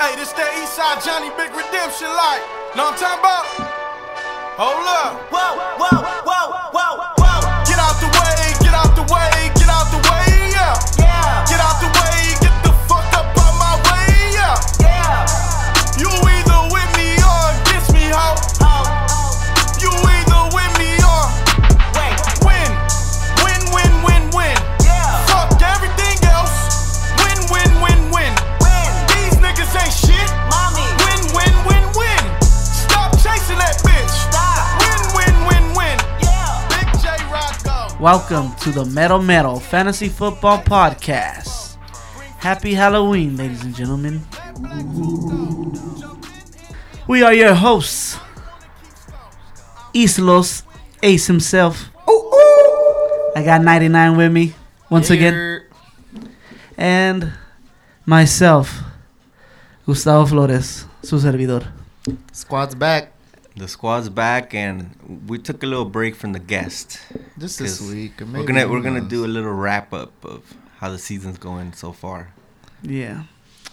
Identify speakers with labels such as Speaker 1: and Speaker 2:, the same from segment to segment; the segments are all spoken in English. Speaker 1: Hey, this that Eastside Johnny Big Redemption like. Know what I'm talking about? Hold up.
Speaker 2: Whoa, whoa, whoa, whoa, whoa.
Speaker 1: Get out the way, get out the way, get out the way, yeah.
Speaker 2: Yeah,
Speaker 1: Get out the way, get the fuck up out my way, yeah.
Speaker 2: yeah.
Speaker 1: You either with me or against me, ho.
Speaker 2: Oh,
Speaker 1: You either with me or
Speaker 2: wait.
Speaker 1: win. Win, win, win, win.
Speaker 2: Yeah,
Speaker 1: Fuck everything else. Win, win, win, win.
Speaker 2: win.
Speaker 1: These niggas ain't shit.
Speaker 2: Mommy,
Speaker 1: Win, win, win, win. Stop chasing that bitch.
Speaker 2: stop.
Speaker 1: Win, win, win, win.
Speaker 2: Yeah.
Speaker 1: Big J Rocco.
Speaker 3: Welcome to the Metal Metal Fantasy Football Podcast. Happy Halloween, ladies and gentlemen. We are your hosts, Islos Ace himself. I got 99 with me once again, and myself, Gustavo Flores, su servidor.
Speaker 4: Squad's back
Speaker 5: The squad's back, and we took a little break from the guest.
Speaker 4: just this
Speaker 5: 'Cause
Speaker 4: week. or
Speaker 5: we're
Speaker 4: maybe
Speaker 5: gonna
Speaker 4: who
Speaker 5: we're gonna
Speaker 4: knows.
Speaker 5: do a little wrap up of how the season's going so far.
Speaker 3: Yeah.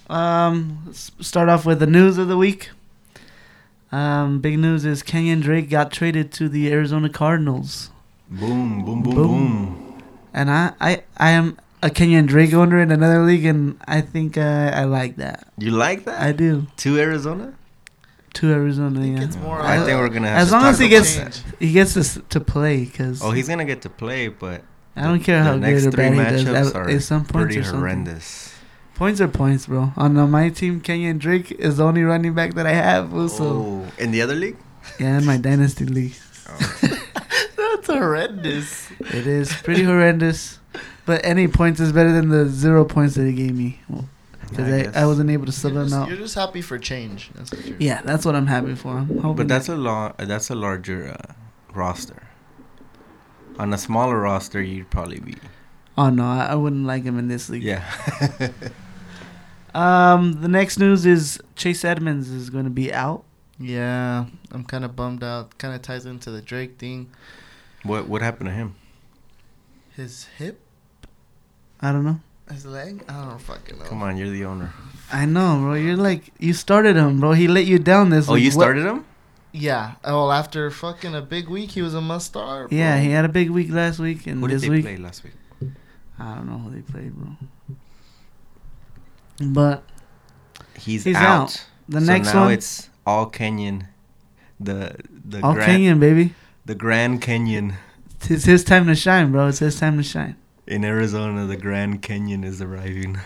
Speaker 3: Um, let's start off with the news of the week. Um, big news is Kenyon Drake got traded to the Arizona Cardinals,
Speaker 5: Boom, boom, boom,
Speaker 3: Boom.
Speaker 5: boom.
Speaker 3: and I, I, I am a Kenyon Drake owner in another league, and I think uh, I like that.
Speaker 5: You like that?
Speaker 3: I do
Speaker 5: to Arizona?
Speaker 3: to Arizona. Yeah,
Speaker 4: It's more
Speaker 5: I
Speaker 4: of
Speaker 5: think
Speaker 4: a-
Speaker 5: we're gonna have
Speaker 3: Uh, as
Speaker 5: to
Speaker 3: long
Speaker 5: talk
Speaker 3: as he
Speaker 5: about
Speaker 3: gets-
Speaker 5: that.
Speaker 3: he gets us to play because
Speaker 5: Oh, he's gonna get to play, but
Speaker 3: I don't care how
Speaker 5: the next
Speaker 3: good or
Speaker 5: three
Speaker 3: bad he
Speaker 5: matchups
Speaker 3: does.
Speaker 5: are
Speaker 3: At, at some points
Speaker 5: pretty
Speaker 3: or something.
Speaker 5: horrendous.
Speaker 3: Points are points, bro. On uh, my team, Kenyon Drake is the only running back that I have. Also,
Speaker 5: Oh, in the other league?
Speaker 3: yeah, in my dynasty league.
Speaker 4: That's horrendous.
Speaker 3: It is pretty horrendous, but any points is better than the zero points that he gave me
Speaker 5: I
Speaker 3: because
Speaker 5: guess.
Speaker 3: I, I, wasn't able to sub
Speaker 4: You're
Speaker 3: him
Speaker 4: just,
Speaker 3: out.
Speaker 4: you're just happy for change. That's what you're
Speaker 3: uh, Yeah, that's what I'm happy for. I'm hoping
Speaker 5: But that's
Speaker 3: that-
Speaker 5: a long, that's a larger uh, roster. On a smaller roster, you'd probably be
Speaker 3: oh no, I, I wouldn't like him in this league.
Speaker 5: yeah.
Speaker 3: Um, the next news is Chase Edmonds is going to be out.
Speaker 4: Yeah, I'm kind of bummed out. Kind of ties into the Drake thing.
Speaker 5: what what happened to him?
Speaker 4: His hip,
Speaker 3: I don't know.
Speaker 4: his leg. I don't fucking know.
Speaker 5: Come on, you're the owner.
Speaker 3: I know, bro. You're like you started him, bro. He let you down this.
Speaker 5: Oh,
Speaker 3: week.
Speaker 5: you
Speaker 3: What-
Speaker 5: started him?
Speaker 4: Yeah. Well, after fucking a big week, he was a must start.
Speaker 3: Yeah,
Speaker 4: bro.
Speaker 3: he had a big week last week and
Speaker 5: Oh. Who did
Speaker 3: this
Speaker 5: they
Speaker 3: week.
Speaker 5: play last week?
Speaker 3: I don't know who they played, bro. But
Speaker 5: He's,
Speaker 3: He's
Speaker 5: out.
Speaker 3: out. the
Speaker 5: so
Speaker 3: next
Speaker 5: now
Speaker 3: one,
Speaker 5: it's all Kenyan. The the
Speaker 3: all
Speaker 5: Grand
Speaker 3: Kenyon, baby.
Speaker 5: the Grand Canyon
Speaker 3: It's his time to shine, bro. It's his time to shine.
Speaker 5: in Arizona. The Grand Canyon is arriving.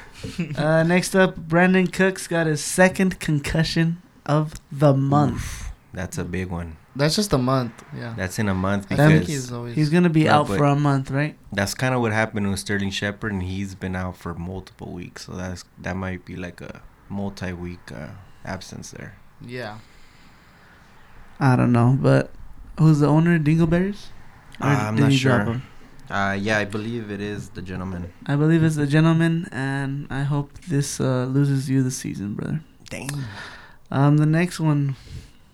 Speaker 3: Uh, next up, Brandon Cooks got his second concussion of the month.
Speaker 5: That's a big one.
Speaker 4: That's just a month. Yeah.
Speaker 5: That's in a month
Speaker 4: I
Speaker 3: That
Speaker 4: think
Speaker 5: because
Speaker 4: he's always.
Speaker 3: He's gonna be
Speaker 5: No,
Speaker 3: out
Speaker 5: but-
Speaker 3: for a month, right?
Speaker 5: that's kind of what happened with Sterling Shepard, and he's been out for multiple weeks. So that's that might be like a multi-week uh, absence there.
Speaker 4: yeah.
Speaker 3: I don't know, but who's the owner? Dingleberries? Or
Speaker 5: Uh, I'm
Speaker 3: did
Speaker 5: not
Speaker 3: he drop
Speaker 5: sure.
Speaker 3: him?
Speaker 5: Uh, yeah, I believe it is the gentleman.
Speaker 3: I believe it's the gentleman, and I hope this uh, loses you the season, brother.
Speaker 5: Dang.
Speaker 3: Um, the next one,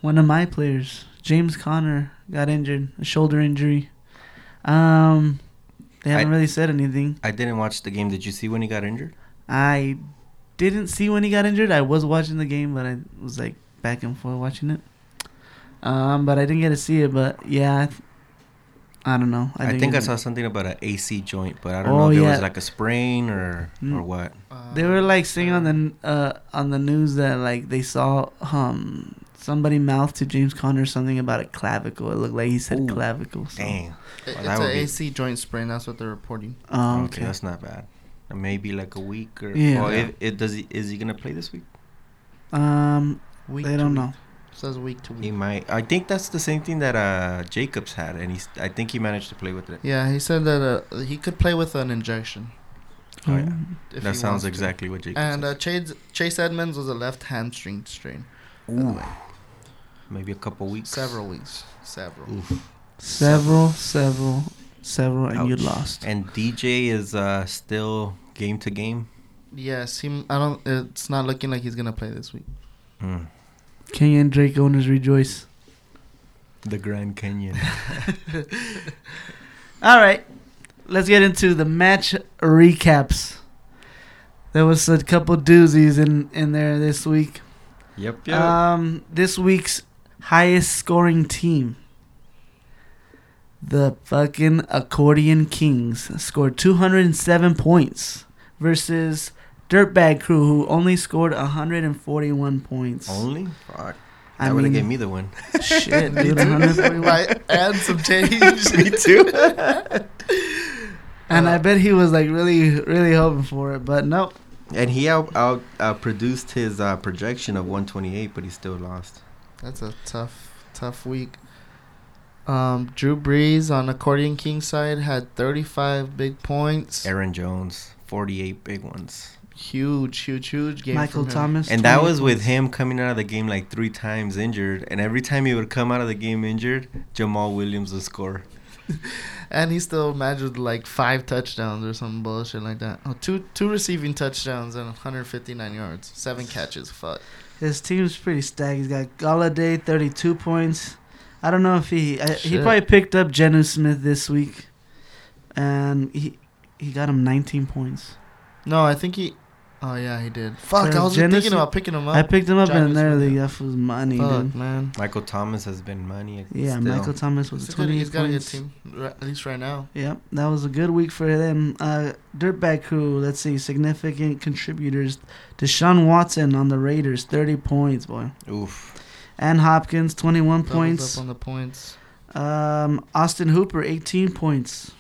Speaker 3: one of my players, James Conner, got injured, a shoulder injury. Um, they
Speaker 5: I-
Speaker 3: haven't really said anything.
Speaker 5: I didn't watch the game. Did you see when he got injured?
Speaker 3: I didn't see when he got injured. I was watching the game, but I was like back and forth watching it. Um, but I didn't get to see it. But yeah, I, th- I don't know.
Speaker 5: I,
Speaker 3: didn't
Speaker 5: think I
Speaker 3: get-
Speaker 5: saw something about an AC joint, but I don't
Speaker 3: Oh,
Speaker 5: know if it
Speaker 3: yeah.
Speaker 5: was like a sprain or or
Speaker 3: Mm.
Speaker 5: what.
Speaker 4: Uh,
Speaker 3: they were like saying on the n- uh on the news that like they saw um somebody mouth to James Conner something about a clavicle. It looked like he said
Speaker 5: Ooh,
Speaker 3: clavicle. So.
Speaker 5: Dang.
Speaker 4: It-
Speaker 5: Well, that
Speaker 4: it's
Speaker 5: would
Speaker 4: an
Speaker 5: be-
Speaker 4: AC joint sprain. That's what they're reporting.
Speaker 3: Oh,
Speaker 5: okay.
Speaker 3: okay.
Speaker 5: that's not bad. Uh, Maybe like a week or.
Speaker 3: Yeah.
Speaker 5: Yeah. Well, if, it does. He, is he gonna play this week?
Speaker 3: Um,
Speaker 4: Week
Speaker 3: they
Speaker 4: to
Speaker 3: don't
Speaker 4: week.
Speaker 3: know.
Speaker 4: Says week to
Speaker 5: He
Speaker 4: week.
Speaker 5: might. I think that's the same thing that uh Jacobs had, and he's. I think he managed to play with it.
Speaker 4: Yeah, he said that uh, he could play with an injection.
Speaker 5: Oh, yeah.
Speaker 3: Um,
Speaker 4: If
Speaker 5: that
Speaker 4: he wants
Speaker 5: sounds
Speaker 4: to.
Speaker 5: exactly what Jacobs.
Speaker 4: And uh,
Speaker 5: said.
Speaker 4: Chase, Chase Edmonds was a left hamstring strain.
Speaker 5: Ooh. Maybe a couple weeks.
Speaker 4: Several weeks. Several.
Speaker 5: Oof.
Speaker 3: Several, several, several, and you
Speaker 5: Ouch.
Speaker 3: lost.
Speaker 5: And DJ is uh still game to game.
Speaker 4: Yes, he. I don't. It's not looking like he's gonna play this week.
Speaker 5: Mm.
Speaker 3: Kenyon Drake owners rejoice.
Speaker 5: The Grand Canyon.
Speaker 3: All right, let's get into the match recaps. There was a couple doozies in in there this week.
Speaker 5: Yep, yep.
Speaker 4: Uh,
Speaker 3: Um, this week's highest scoring team, the fucking Accordion Kings, scored 207 points versus Dirtbag Crew, who only scored 141 points.
Speaker 4: Oh.
Speaker 5: Only? Fuck.
Speaker 3: I
Speaker 5: That would have
Speaker 3: mean-
Speaker 5: gave me the win.
Speaker 3: Shit,
Speaker 4: Me
Speaker 3: dude,
Speaker 4: too.
Speaker 3: 141.
Speaker 4: Right, and some change. Uh,
Speaker 5: me too.
Speaker 3: And I bet he was like really, really hoping for it, but nope.
Speaker 5: And he out, out uh, produced his uh, projection of 128, but he still lost.
Speaker 4: That's a tough, tough week. Um, Drew Brees on accordion king side had 35 big points.
Speaker 5: Aaron Jones, 48 big ones.
Speaker 4: Huge, huge, huge game.
Speaker 3: Michael
Speaker 4: from him.
Speaker 3: Thomas.
Speaker 5: And that
Speaker 3: 20
Speaker 5: was with him coming out of the game like three times injured. And every time he would come out of the game injured, Jamal Williams would score.
Speaker 4: And he still managed like five touchdowns or some bullshit like that. Oh, two, two receiving touchdowns and 159 yards, seven catches. Fuck.
Speaker 3: His team's pretty stacked. He's got Galladay, 32 points. I don't know if he I, he
Speaker 4: Shit.
Speaker 3: probably picked up Jenu Smith this week, and he he got him 19 points.
Speaker 4: No, I think he. Oh yeah, he did. Fuck,
Speaker 3: Uh,
Speaker 4: I was
Speaker 3: Jennison-
Speaker 4: thinking about picking him up.
Speaker 3: I picked him up
Speaker 4: Jenu
Speaker 3: in another
Speaker 4: Smith.
Speaker 3: league. That was money,
Speaker 4: Fuck,
Speaker 3: dude.
Speaker 4: man.
Speaker 5: Michael Thomas has been money.
Speaker 3: Yeah,
Speaker 5: still.
Speaker 3: Michael Thomas was
Speaker 4: He's got a-
Speaker 3: 20
Speaker 4: he's got a good
Speaker 3: points.
Speaker 4: team, ri- at least right now.
Speaker 3: Yep, that was a good week for them. Uh, Dirtbag Crew, let's see, significant contributors. Deshaun Watson on the Raiders, 30 points, boy.
Speaker 5: Oof.
Speaker 3: And Hopkins, 21
Speaker 4: Doubled
Speaker 3: points.
Speaker 4: up on the points.
Speaker 3: Um, Austin Hooper, 18 points.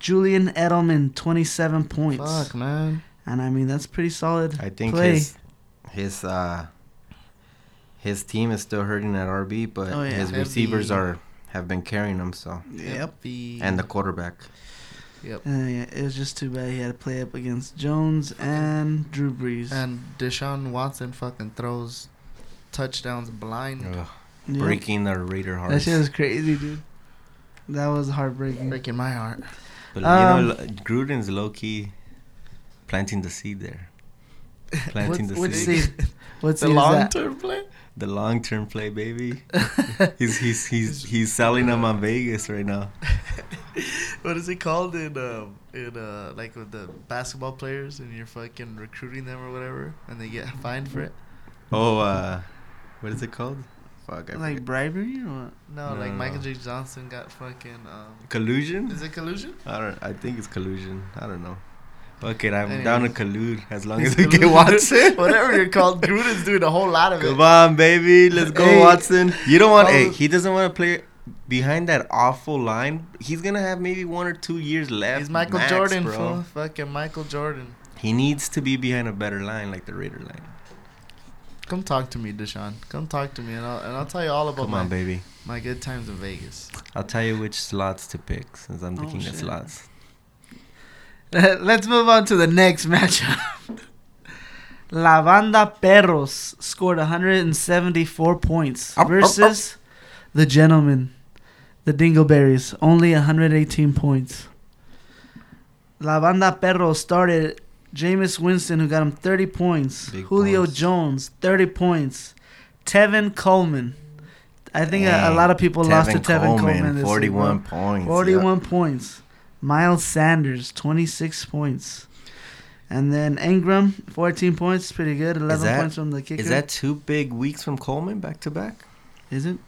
Speaker 3: Julian Edelman, 27 points.
Speaker 4: Fuck, man.
Speaker 3: And I mean, that's pretty solid.
Speaker 5: I think
Speaker 3: Play.
Speaker 5: his his uh his team is still hurting at RB, but
Speaker 3: Oh, yeah.
Speaker 5: his
Speaker 4: Heavy.
Speaker 5: receivers are have been carrying him. So
Speaker 3: Yep.
Speaker 4: The,
Speaker 5: and the quarterback.
Speaker 4: yep.
Speaker 3: Uh, yeah, it was just too bad he had to play up against Jones and Drew Brees.
Speaker 4: And Deshaun Watson fucking throws touchdowns blind.
Speaker 5: Ugh,
Speaker 3: Yeah.
Speaker 5: Breaking the Raider
Speaker 3: That
Speaker 5: hearts.
Speaker 3: shit was crazy, dude. That was heartbreaking.
Speaker 4: Breaking my heart.
Speaker 5: but
Speaker 3: um,
Speaker 5: you know, lo- Gruden's low key planting the seed there. Planting the
Speaker 4: what
Speaker 5: seed.
Speaker 3: Let's
Speaker 4: seed?
Speaker 3: see. What's
Speaker 4: The long term play?
Speaker 5: The long term play, baby. he's he's he's he's selling them on Vegas right now.
Speaker 4: What is it called in um in uh like with the basketball players and you're fucking recruiting them or whatever and they get fined for it?
Speaker 5: Oh, uh, what is it called? Fuck, I
Speaker 3: Like
Speaker 5: like
Speaker 3: bribery or what?
Speaker 4: No,
Speaker 5: No,
Speaker 4: like
Speaker 5: no,
Speaker 4: Michael
Speaker 5: no.
Speaker 4: J. Johnson got fucking um
Speaker 5: collusion.
Speaker 4: is it collusion?
Speaker 5: I don't. I think it's collusion. I don't know. Fuck it. I'm down to
Speaker 4: Anyways.
Speaker 5: collude as long
Speaker 4: It's
Speaker 5: as we get
Speaker 4: collusion.
Speaker 5: Watson.
Speaker 4: Whatever you're called, Gruden's doing a whole lot of
Speaker 5: Come
Speaker 4: it.
Speaker 5: on, baby. Let's go,
Speaker 4: Hey. Oh.
Speaker 5: Watson. You don't want.
Speaker 4: How-
Speaker 5: Hey, he doesn't want to play behind that awful line. He's gonna have maybe one or two years left.
Speaker 4: He's Michael
Speaker 5: max,
Speaker 4: Jordan,
Speaker 5: bro.
Speaker 4: fool. Fucking Michael Jordan.
Speaker 5: He needs to be behind a better line, like the Raider line.
Speaker 4: Come talk to me, Deshaun. Come talk to me, and I'll and I'll tell you all about
Speaker 5: Come
Speaker 4: my
Speaker 5: on, baby.
Speaker 4: my good times in Vegas.
Speaker 5: I'll tell you which slots to pick since I'm the
Speaker 3: Oh,
Speaker 5: king
Speaker 3: shit.
Speaker 5: of slots.
Speaker 3: Let's move on to the next matchup. La Banda Perros scored 174 points
Speaker 5: Up, up, up.
Speaker 3: versus the Gentlemen, the Dingleberries, only 118 points. La Banda Perros started Jameis Winston, who got him 30 points,
Speaker 5: Big
Speaker 3: Julio
Speaker 5: points.
Speaker 3: Jones, 30 points, Tevin Coleman. I think uh, a, a
Speaker 5: Dang,
Speaker 3: lot of people lost to Tevin Coleman, this week, bro.
Speaker 5: 41 points.
Speaker 3: 41 points. Miles Sanders, 26 points. And then Ingram, 14 points. Pretty good. 11
Speaker 5: that-
Speaker 3: points from the kicker.
Speaker 5: Is that two big weeks from Coleman back to back?
Speaker 3: Is it?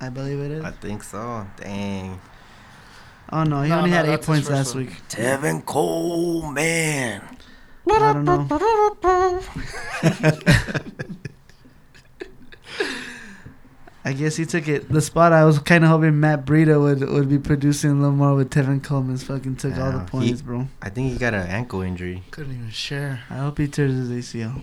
Speaker 3: I believe it is.
Speaker 5: I think so. Dang.
Speaker 3: oh, no. He
Speaker 4: No,
Speaker 3: only
Speaker 4: no,
Speaker 3: had 8
Speaker 4: that's his
Speaker 3: points
Speaker 4: first
Speaker 3: last
Speaker 4: one.
Speaker 3: week.
Speaker 5: Tevin Coleman.
Speaker 3: I don't know. I guess he took it. The spot I was kind of hoping Matt Breida would, would be producing a little more with Tevin Coleman's fucking took all
Speaker 5: Yeah,
Speaker 3: the
Speaker 5: he-
Speaker 3: points, bro.
Speaker 5: I think he got an ankle injury.
Speaker 4: Couldn't even share.
Speaker 3: I hope he tears his ACL.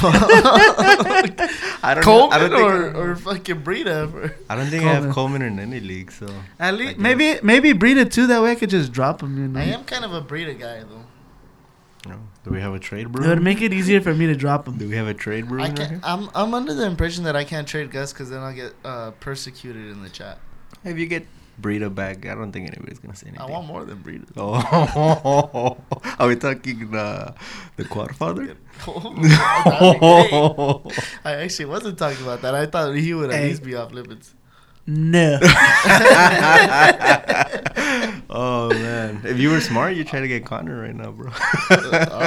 Speaker 5: I don't know. I
Speaker 4: Coleman
Speaker 5: don't think,
Speaker 4: or, or fucking Breida. bro.
Speaker 5: I, don't think I have Coleman in any league, so
Speaker 3: At
Speaker 5: guess.
Speaker 3: least maybe maybe Breida too. That way I could just drop him. You know,
Speaker 4: I am kind of a Breida guy though.
Speaker 5: you know. Do we have a trade
Speaker 3: it would
Speaker 5: brew?
Speaker 3: make it easier for me to drop him.
Speaker 5: Do we have a trade brew
Speaker 4: I
Speaker 5: right
Speaker 4: can't,
Speaker 5: here?
Speaker 4: I'm I'm under the impression that I can't trade Gus because then I'll get uh, persecuted in the chat.
Speaker 5: If you get Breida back, I don't think anybody's gonna say anything.
Speaker 4: I want more than Breida.
Speaker 5: Oh, are we talking the the Godfather?
Speaker 4: Oh, I actually wasn't talking about that. I thought he would at
Speaker 3: Hey.
Speaker 4: least be off limits.
Speaker 3: No.
Speaker 5: oh man, If you were smart, you'd try to get Connor right now, bro.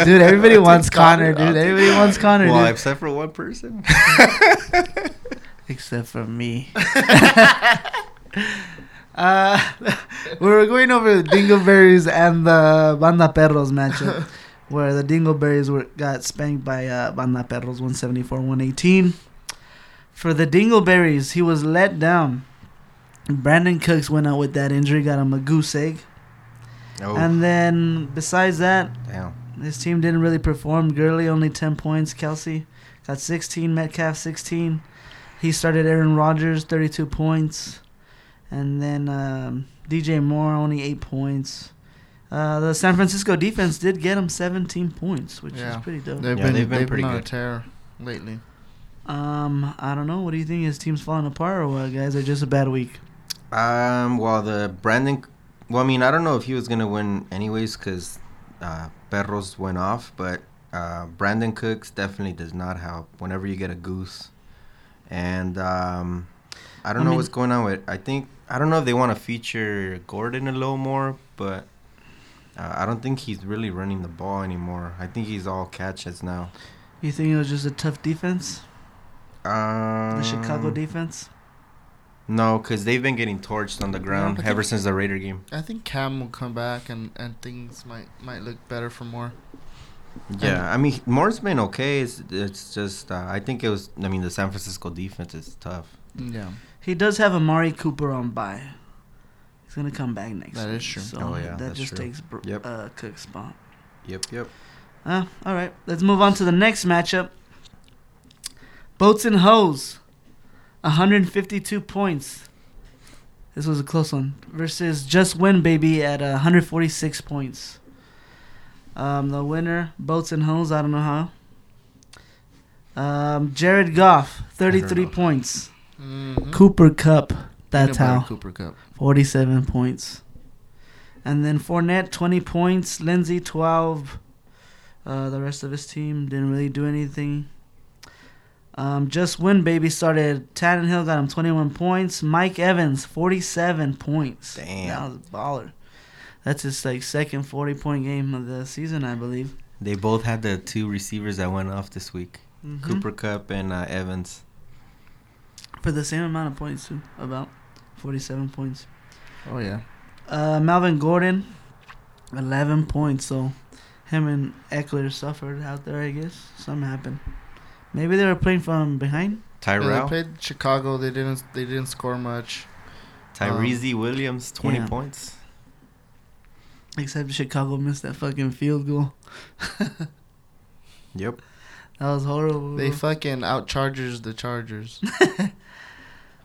Speaker 3: dude, everybody
Speaker 4: I'll take
Speaker 3: wants Connor,
Speaker 4: Connor,
Speaker 3: dude.
Speaker 4: I'll take
Speaker 3: Everybody
Speaker 4: Connor.
Speaker 3: wants Connor,
Speaker 5: well,
Speaker 3: dude.
Speaker 5: except for one person.
Speaker 3: Except for me. uh, we were going over the Dingleberries and the Banda Perros matchup, where the Dingleberries were got spanked by uh, Banda Perros 174 118. For the Dingleberries, he was let down. Brandon Cooks went out with that injury, got him a goose egg.
Speaker 5: Oh,
Speaker 3: And then, besides that,
Speaker 5: damn.
Speaker 3: This team didn't really perform. Gurley only 10 points. Kelsey got 16. Metcalf 16. He started Aaron Rodgers 32 points, and then um, DJ Moore only eight points. Uh, the San Francisco defense did get him 17 points, which
Speaker 4: Yeah.
Speaker 3: is pretty dope.
Speaker 4: They've
Speaker 5: Yeah,
Speaker 4: been,
Speaker 5: they've been
Speaker 4: they've
Speaker 5: pretty
Speaker 4: been on a
Speaker 5: good.
Speaker 4: tear lately.
Speaker 3: Um, I don't know. What do you think? His team's falling apart, or what, guys? Or just a bad week?
Speaker 5: Um, well, the Brandon. Well, I mean, I don't know if he was gonna win anyways, cause uh, Perros went off, but uh, Brandon Cooks definitely does not help. Whenever you get a goose, and um, I don't
Speaker 3: I
Speaker 5: know
Speaker 3: mean-
Speaker 5: what's going on with. I think I don't know if they want to feature Gordon a little more, but. Uh, I don't think he's really running the ball anymore. I think he's all catches now.
Speaker 3: You think it was just a tough defense? The
Speaker 5: Um,
Speaker 3: Chicago defense.
Speaker 5: No, because they've been getting torched on the ground
Speaker 4: but
Speaker 5: ever
Speaker 4: they-
Speaker 5: since the Raider game.
Speaker 4: I think Cam will come back and, and things might might look better for more.
Speaker 5: Yeah, I mean Moore's been okay. It's it's just uh, I think it was. I mean the San Francisco defense is tough.
Speaker 4: Yeah.
Speaker 3: He does have Amari Cooper on bye. He's gonna come back next.
Speaker 4: That
Speaker 3: week,
Speaker 4: is true.
Speaker 3: So
Speaker 5: Oh, yeah,
Speaker 3: that
Speaker 5: that's
Speaker 3: just
Speaker 5: true.
Speaker 3: takes br-
Speaker 5: Yep.
Speaker 3: uh, Cook's spot.
Speaker 5: Yep, yep.
Speaker 3: Uh, all right, let's move on to the next matchup. Boats and Hoes, 152 points. This was a close one. Versus Just Win Baby at uh, 146 points. Um, the winner, Boats and Hoes, I don't know how. Um, Jared Goff, 33
Speaker 5: know.
Speaker 3: points.
Speaker 4: Mhm.
Speaker 3: Cooper Cup,
Speaker 4: Peanut
Speaker 3: that's
Speaker 4: butter
Speaker 3: how.
Speaker 4: Cooper Cup.
Speaker 3: 47 points. And then Fournette, 20 points. Lindsey, 12. Uh, the rest of his team didn't really do anything. Um, just win, baby. Started. Tannenhill got him 21 points. Mike Evans, 47 points.
Speaker 5: Damn.
Speaker 3: That was a baller. That's his like second 40 point game of the season, I believe.
Speaker 5: They both had the two receivers that went off this week:
Speaker 3: Mhm.
Speaker 5: Cooper Cup and uh, Evans.
Speaker 3: For the same amount of points, too. About 47 points.
Speaker 4: Oh yeah.
Speaker 3: Uh, Melvin Gordon, 11 points. So him and Eckler suffered out there, I guess. Something happened. Maybe they were playing from behind.
Speaker 4: Yeah, they
Speaker 5: Tyrell,
Speaker 4: played Chicago. They didn't they didn't score much.
Speaker 5: Tyrese Williams, twenty
Speaker 3: yeah.
Speaker 5: points.
Speaker 3: Except Chicago missed that fucking field goal.
Speaker 5: Yep.
Speaker 3: That was horrible.
Speaker 4: They fucking out Chargers the Chargers.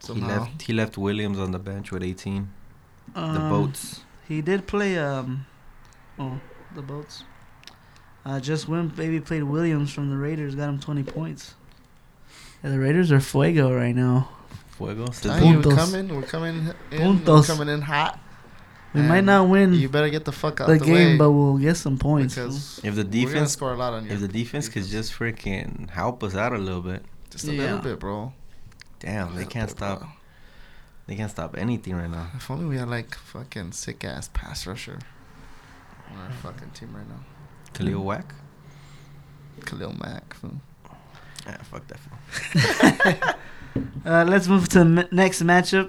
Speaker 4: Somehow.
Speaker 5: He left. He left Williams on the bench with eighteen. The
Speaker 3: Um,
Speaker 5: boats.
Speaker 3: He did play. um, Oh, the boats. Uh, just when baby played Williams from the Raiders, got him 20 points. Yeah, the Raiders are fuego right now.
Speaker 5: Fuego.
Speaker 4: Tell
Speaker 5: Says-
Speaker 4: you,
Speaker 3: Puntos.
Speaker 4: We're coming. We're coming in. We're
Speaker 3: Puntos.
Speaker 4: coming in hot.
Speaker 3: We might
Speaker 4: And
Speaker 3: not win
Speaker 4: You better get the fuck out
Speaker 3: the,
Speaker 4: the
Speaker 3: game,
Speaker 4: way
Speaker 3: but we'll get some points.
Speaker 4: because
Speaker 5: If the
Speaker 4: we're gonna
Speaker 5: defense-
Speaker 4: score a lot on you.
Speaker 5: If the defense could just freaking help us out a little bit,
Speaker 4: just a
Speaker 3: Yeah.
Speaker 4: little bit, bro.
Speaker 5: damn, they
Speaker 4: Little
Speaker 5: can't
Speaker 4: bit, bro.
Speaker 5: stop. They can't stop anything right now.
Speaker 4: If only we had like fucking sick ass pass rusher on our fucking team right now.
Speaker 5: Khalil Wack.
Speaker 4: Khalil Mack. fool.
Speaker 5: Ah, fuck that. fool.
Speaker 3: Uh, let's move to the m- next matchup,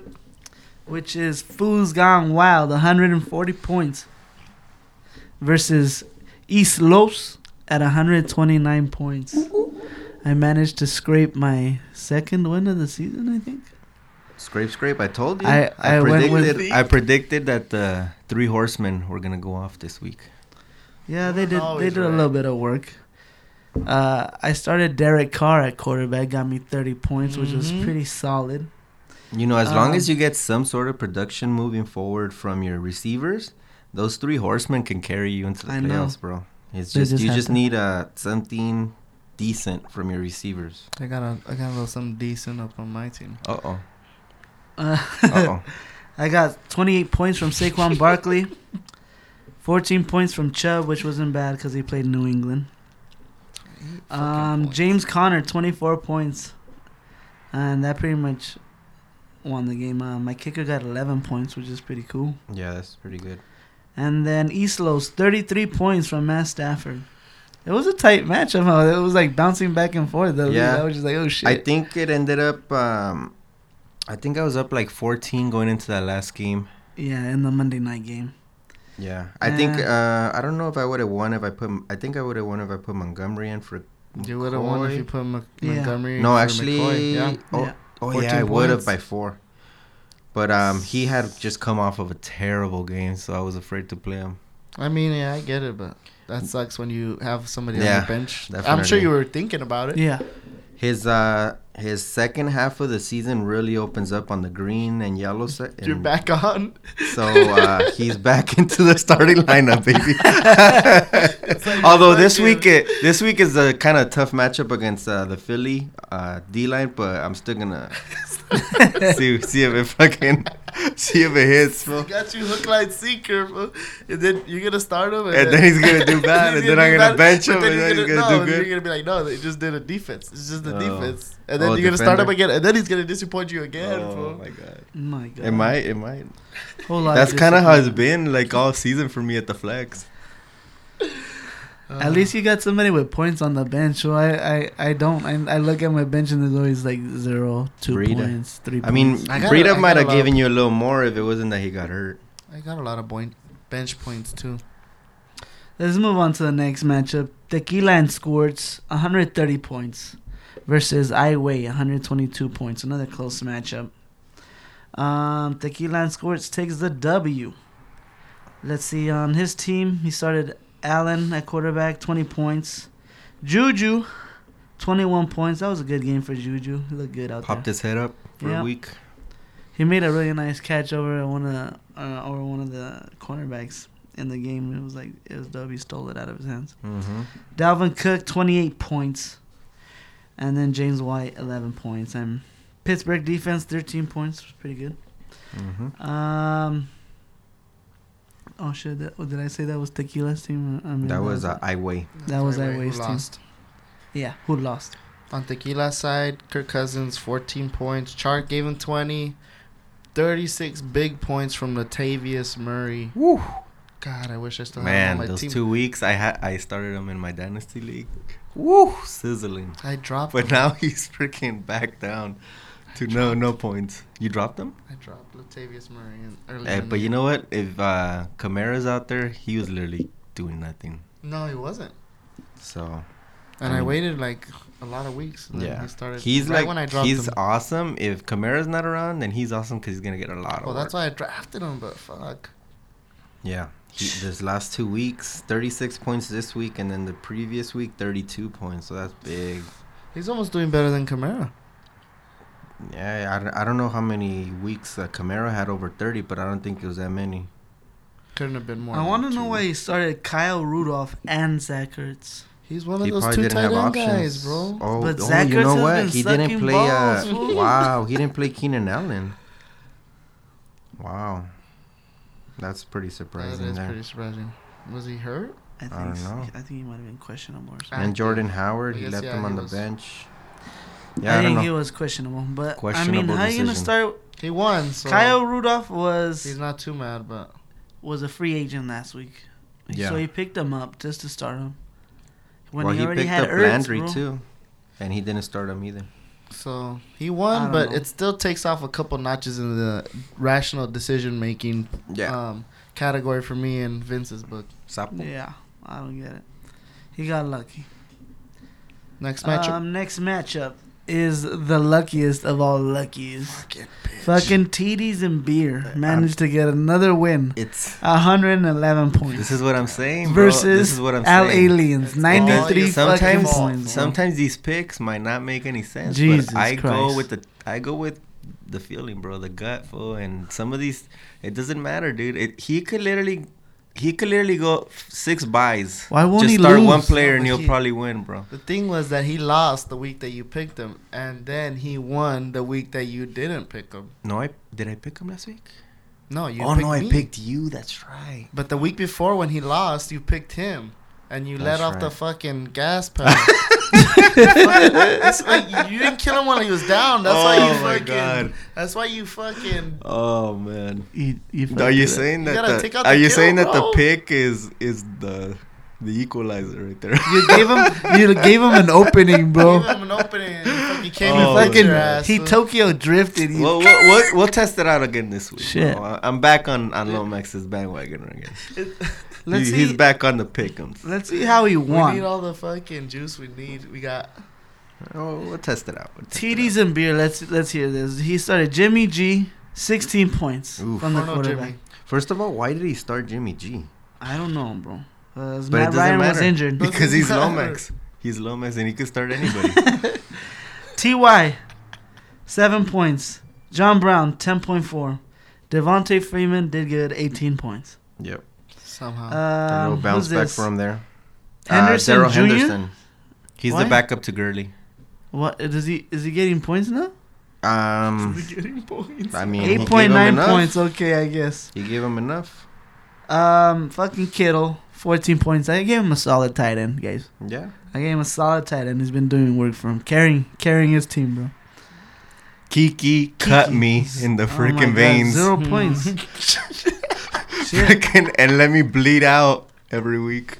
Speaker 3: which is Fools Gone Wild, 140 points versus East Lopes at 129 points. I managed to scrape my second win of the season, I think.
Speaker 5: Scrape, scrape! I told you.
Speaker 3: I- I went
Speaker 5: predicted.
Speaker 3: with-
Speaker 5: I predicted that the three horsemen were gonna go off this week.
Speaker 3: Yeah, they did. They
Speaker 4: Always
Speaker 3: did a little bit of work. Uh, I started Derek Carr at quarterback, got me 30 points, which was
Speaker 4: Mhm.
Speaker 3: pretty solid.
Speaker 5: You know, as long as
Speaker 3: Um,
Speaker 5: you get some sort of production moving forward from your receivers, those three horsemen can carry you into the
Speaker 3: I know.
Speaker 5: playoffs, bro. It's
Speaker 3: They
Speaker 5: just,
Speaker 3: just
Speaker 5: you
Speaker 3: have
Speaker 5: just
Speaker 3: to-
Speaker 5: need uh, something decent from your receivers.
Speaker 4: I got a I got a little something decent up on my team.
Speaker 5: Uh oh.
Speaker 3: Uh,
Speaker 5: Uh oh.
Speaker 3: I got 28 points from Saquon Barkley, 14 points from Chubb, which wasn't bad because he played New England. Um, James Conner, 24 points, and that pretty much won the game. Uh, my kicker got 11 points, which is pretty cool.
Speaker 5: yeah, that's pretty good.
Speaker 3: And then Islos, 33 points from Matt Stafford. It was a tight match. somehow. It was like bouncing back and forth. Though.
Speaker 5: Yeah.
Speaker 3: I was just like, oh shit.
Speaker 5: I think it ended up. Um, I think I was up like 14 going into that last game.
Speaker 3: yeah, in the Monday night game.
Speaker 5: Yeah, I think.
Speaker 3: Uh,
Speaker 5: Uh, I don't know if I would have won if I put. I think I would have won if I put Montgomery in for.
Speaker 4: You would have won if
Speaker 5: McCoy.
Speaker 4: you put Mc-
Speaker 3: Yeah.
Speaker 4: Montgomery.
Speaker 5: No,
Speaker 4: for
Speaker 5: actually,
Speaker 4: McCoy, yeah.
Speaker 5: oh,
Speaker 3: Yeah.
Speaker 5: oh
Speaker 4: 14
Speaker 5: yeah, I would
Speaker 4: points.
Speaker 5: have by four. But um, he had just come off of a terrible game, so I was afraid to play him.
Speaker 4: I mean, yeah, I get it, but that sucks when you have somebody on
Speaker 5: Yeah,
Speaker 4: the bench. I'm sure
Speaker 5: definitely.
Speaker 4: you were thinking about it.
Speaker 3: Yeah.
Speaker 5: His uh, his second half of the season really opens up on the green and yellow set.
Speaker 4: You're back on.
Speaker 5: So uh, he's back into the starting lineup, baby. Although this
Speaker 4: fucking-
Speaker 5: week, it, this week is a kind of tough matchup against uh, the Philly uh, D line, but I'm still gonna see see if it fucking see if it hits, bro.
Speaker 4: Got you hook, line, sinker, bro. and then you're gonna start him,
Speaker 5: And then he's gonna do bad, and then I'm gonna bench him,
Speaker 4: but
Speaker 5: and then
Speaker 4: you're
Speaker 5: he's gonna
Speaker 4: no,
Speaker 5: do
Speaker 4: You're
Speaker 5: good.
Speaker 4: gonna be like, no, they just did a defense. It's just the
Speaker 5: Oh.
Speaker 4: defense, and then
Speaker 5: Oh,
Speaker 4: you're gonna start him
Speaker 5: defender.
Speaker 4: again, and then he's gonna disappoint you again,
Speaker 5: Oh
Speaker 4: bro.
Speaker 5: my god!
Speaker 3: My God.
Speaker 5: It might, it might.
Speaker 3: Whole lot
Speaker 5: That's kind of how it's
Speaker 3: discipline.
Speaker 5: been like all season for me at the flex.
Speaker 3: At least you got somebody with points on the bench. So I, I, I don't. I, I look at my bench and there's always like zero, two
Speaker 5: Breida.
Speaker 3: points, three
Speaker 5: I mean,
Speaker 3: points.
Speaker 4: I got a- I
Speaker 5: Breida might
Speaker 4: got a
Speaker 5: have
Speaker 4: lot
Speaker 5: given you a little more if it wasn't that he got hurt.
Speaker 4: I got a lot of point, bench points too.
Speaker 3: Let's move on to the next matchup. Tequila and Squirts, 130 points versus I Weigh, 122 points. Another close matchup. Um, Tequila and Squirts takes the W. Let's see, on his team, he started Allen at quarterback, 20 points. Juju, 21 points. That was a good game for Juju. He looked good out
Speaker 5: Popped
Speaker 3: there.
Speaker 5: his head up for
Speaker 3: Yeah.
Speaker 5: a week.
Speaker 3: He made a really nice catch over one of the, uh, over one of the cornerbacks in the game. It was like it was W stole it out of his hands.
Speaker 5: Mm-hmm.
Speaker 3: Dalvin Cook, 28 points. And then James White, 11 points. And Pittsburgh defense, 13 points. Was pretty good.
Speaker 5: Mm-hmm.
Speaker 3: Um. Oh shit! That, oh, did I say that was Tequila's team? I mean,
Speaker 5: That was uh, I way.
Speaker 3: That was
Speaker 4: Right,
Speaker 3: I
Speaker 4: right, who
Speaker 3: Way's team.
Speaker 4: lost.
Speaker 3: yeah. Who lost?
Speaker 4: On tequila side, Kirk Cousins 14 points. Chark gave him 20. 36 big points from Latavius Murray.
Speaker 5: Woo.
Speaker 4: God, I wish I still had him
Speaker 5: Man,
Speaker 4: on my
Speaker 5: those
Speaker 4: team.
Speaker 5: two weeks I had I started him in my dynasty league. Woo, sizzling.
Speaker 4: I dropped.
Speaker 5: But now he's freaking back down to no no points. You dropped him?
Speaker 4: I dropped Latavius Murray in early.
Speaker 5: Eh,
Speaker 4: in the-
Speaker 5: but you know what? If uh Kamara's out there, he was literally doing nothing.
Speaker 4: no, he wasn't.
Speaker 5: So
Speaker 4: And
Speaker 5: I
Speaker 4: I
Speaker 5: mean-
Speaker 4: waited like a lot of weeks. And then
Speaker 5: yeah,
Speaker 4: he started.
Speaker 5: he's
Speaker 4: right
Speaker 5: like
Speaker 4: when I dropped
Speaker 5: he's
Speaker 4: him.
Speaker 5: awesome. If Kamara's not around, then he's awesome because he's gonna get a lot of.
Speaker 4: Well, that's
Speaker 5: work.
Speaker 4: why I drafted him. But fuck.
Speaker 5: Yeah, he, this last two weeks, thirty six points this week, and then the previous week, thirty two points. So that's big.
Speaker 4: He's almost doing better than Kamara.
Speaker 5: Yeah, I don't, I don't know how many weeks uh, Camaro had over 30, but I don't think it was that many.
Speaker 4: Couldn't have been more.
Speaker 3: I
Speaker 4: than
Speaker 3: want to know
Speaker 4: two.
Speaker 3: why he started Kyle Rudolph and Zach Ertz.
Speaker 4: He's one of
Speaker 5: He
Speaker 4: those
Speaker 5: probably
Speaker 4: two
Speaker 5: didn't
Speaker 4: tight
Speaker 5: have
Speaker 4: end
Speaker 5: options.
Speaker 4: guys, bro.
Speaker 5: Oh,
Speaker 3: But
Speaker 5: oh,
Speaker 3: Zach
Speaker 5: you
Speaker 3: Ertz
Speaker 5: know
Speaker 3: has
Speaker 5: what?
Speaker 3: been
Speaker 5: He didn't
Speaker 3: sucking
Speaker 5: play.
Speaker 3: balls,
Speaker 5: uh,
Speaker 3: fool.
Speaker 5: wow, he didn't play Keenan Allen. Wow, that's pretty surprising.
Speaker 4: that is
Speaker 5: there.
Speaker 4: pretty surprising. Was he hurt?
Speaker 3: I think.
Speaker 5: don't
Speaker 3: s-
Speaker 5: know.
Speaker 3: I think he might have been questionable. Or something.
Speaker 5: and Jordan Howard,
Speaker 4: I
Speaker 5: he
Speaker 4: guess,
Speaker 5: left
Speaker 4: yeah,
Speaker 5: him on
Speaker 4: he
Speaker 5: the
Speaker 4: was-
Speaker 5: bench. Yeah, I,
Speaker 3: I,
Speaker 5: don't
Speaker 3: think
Speaker 5: know.
Speaker 3: he was questionable. But I mean,
Speaker 5: Questionable
Speaker 3: how you gonna
Speaker 5: decision.
Speaker 3: start?
Speaker 4: He won. So
Speaker 3: Kyle Rudolph was
Speaker 4: He's not too mad, but
Speaker 3: was a free agent last week.
Speaker 5: Yeah.
Speaker 3: So he picked him up just to start him. When
Speaker 5: well,
Speaker 3: he,
Speaker 5: he,
Speaker 3: already
Speaker 5: picked
Speaker 3: had
Speaker 5: up
Speaker 3: Ertz,
Speaker 5: Landry
Speaker 3: bro. Uh,
Speaker 5: too, and he didn't start him either.
Speaker 4: so he
Speaker 3: I
Speaker 4: won,
Speaker 3: don't
Speaker 4: but
Speaker 3: know.
Speaker 4: it still takes off a couple notches in the rational decision making
Speaker 5: Yeah,
Speaker 4: um, category for me in Vince's book.
Speaker 5: Sapo.
Speaker 3: Yeah, I don't get it. He got lucky.
Speaker 4: Next matchup.
Speaker 3: Um, next matchup is the luckiest of all luckies.
Speaker 4: Fucking Uh,
Speaker 3: Fucking TDs and beer managed to get another win,
Speaker 5: It's
Speaker 3: 111 points
Speaker 5: this is what I'm saying. bro.
Speaker 3: versus
Speaker 5: This is what I'm
Speaker 3: Al
Speaker 5: saying.
Speaker 3: Aliens,
Speaker 4: It's all
Speaker 3: 93
Speaker 4: your
Speaker 3: fucking
Speaker 4: sometimes-
Speaker 3: points.
Speaker 5: Sometimes these picks might not make any sense.
Speaker 3: Jesus
Speaker 5: but I
Speaker 3: Christ.
Speaker 5: go with the I go with the feeling, bro, the gut, fool. And some of these, it doesn't matter, dude. It, he could literally, he could literally go f- six buys.
Speaker 3: Why won't
Speaker 5: Just
Speaker 3: he
Speaker 5: start one
Speaker 3: lose?
Speaker 5: player and
Speaker 4: But
Speaker 5: he'll
Speaker 4: he-
Speaker 5: probably win, bro.
Speaker 4: The thing was that he lost the week that you picked him, and then he won the week that you didn't pick him.
Speaker 5: No, I did I pick him last week?
Speaker 4: No, you.
Speaker 5: oh
Speaker 4: picked
Speaker 5: no, I
Speaker 4: me.
Speaker 5: picked you. That's right.
Speaker 4: But the week before when he lost, you picked him, and you let
Speaker 5: That's
Speaker 4: off the
Speaker 5: right.
Speaker 4: fucking gas pedal. It's like you didn't kill him while he was down. That's why you
Speaker 5: Oh my
Speaker 4: fucking.
Speaker 5: God.
Speaker 4: That's why you fucking.
Speaker 5: Oh man.
Speaker 3: You, you
Speaker 5: Are you
Speaker 3: fucked it up.
Speaker 5: saying
Speaker 4: You gotta
Speaker 5: that? The,
Speaker 4: take out
Speaker 5: are
Speaker 4: the
Speaker 5: you
Speaker 4: kill,
Speaker 5: saying that the
Speaker 4: bro.
Speaker 5: pick is is the the equalizer right there?
Speaker 3: You gave him you gave him an opening, bro.
Speaker 4: Give him an opening. and Fucking came
Speaker 5: Oh,
Speaker 4: and fucking.
Speaker 3: Fucking
Speaker 4: Your ass,
Speaker 3: he
Speaker 4: huh?
Speaker 3: Tokyo drifted. You.
Speaker 5: We'll, we'll, we'll, we'll test it out again this week.
Speaker 3: Shit.
Speaker 5: bro. I- I'm back on, on Lomax's bandwagon again.
Speaker 3: let's
Speaker 5: He-
Speaker 3: see.
Speaker 5: He's back on the pickums.
Speaker 3: Let's see how he
Speaker 4: We
Speaker 3: won.
Speaker 4: need all the fucking juice we need. We got.
Speaker 5: Oh, we'll test it out. We'll test it
Speaker 3: TDs and beer. Let's let's hear this. He started Jimmy G, 16 points
Speaker 5: Oof.
Speaker 3: from the
Speaker 4: Porno
Speaker 3: quarterback.
Speaker 4: Jimmy.
Speaker 5: out. First of all, why did he start Jimmy G?
Speaker 3: I don't know, bro. Uh, Matt
Speaker 5: But it doesn't
Speaker 3: Ryan was
Speaker 5: matter.
Speaker 3: injured.
Speaker 5: Because he's
Speaker 4: matter.
Speaker 5: Lomax. He's Lomax and he could start anybody.
Speaker 3: Ty, seven points. John Brown, 10.4. Devontae Freeman did get 18 points.
Speaker 5: yep.
Speaker 4: Somehow.
Speaker 5: A
Speaker 3: Um,
Speaker 5: little bounce
Speaker 3: who's
Speaker 5: back
Speaker 3: this?
Speaker 5: from there. Uh,
Speaker 3: Henderson
Speaker 5: Daryl
Speaker 3: Jr.
Speaker 5: He's
Speaker 3: Why?
Speaker 5: the backup to Gurley.
Speaker 3: What is he? Is he getting points now?
Speaker 5: Um,
Speaker 4: getting points.
Speaker 5: I mean, he gave
Speaker 3: Eight
Speaker 5: him
Speaker 3: point nine
Speaker 5: enough.
Speaker 3: points. Okay, I guess.
Speaker 5: He gave him enough.
Speaker 3: Um, fucking Kittle, 14 points. I gave him a solid tight end, guys.
Speaker 5: Yeah.
Speaker 3: I gave him a solid tight end. He's been doing work for him, carrying carrying his team, bro.
Speaker 5: Kiki cut me in the
Speaker 3: Oh my
Speaker 5: freaking
Speaker 3: God,
Speaker 5: veins.
Speaker 3: Zero points. Shit.
Speaker 5: Freaking and let me bleed out every week.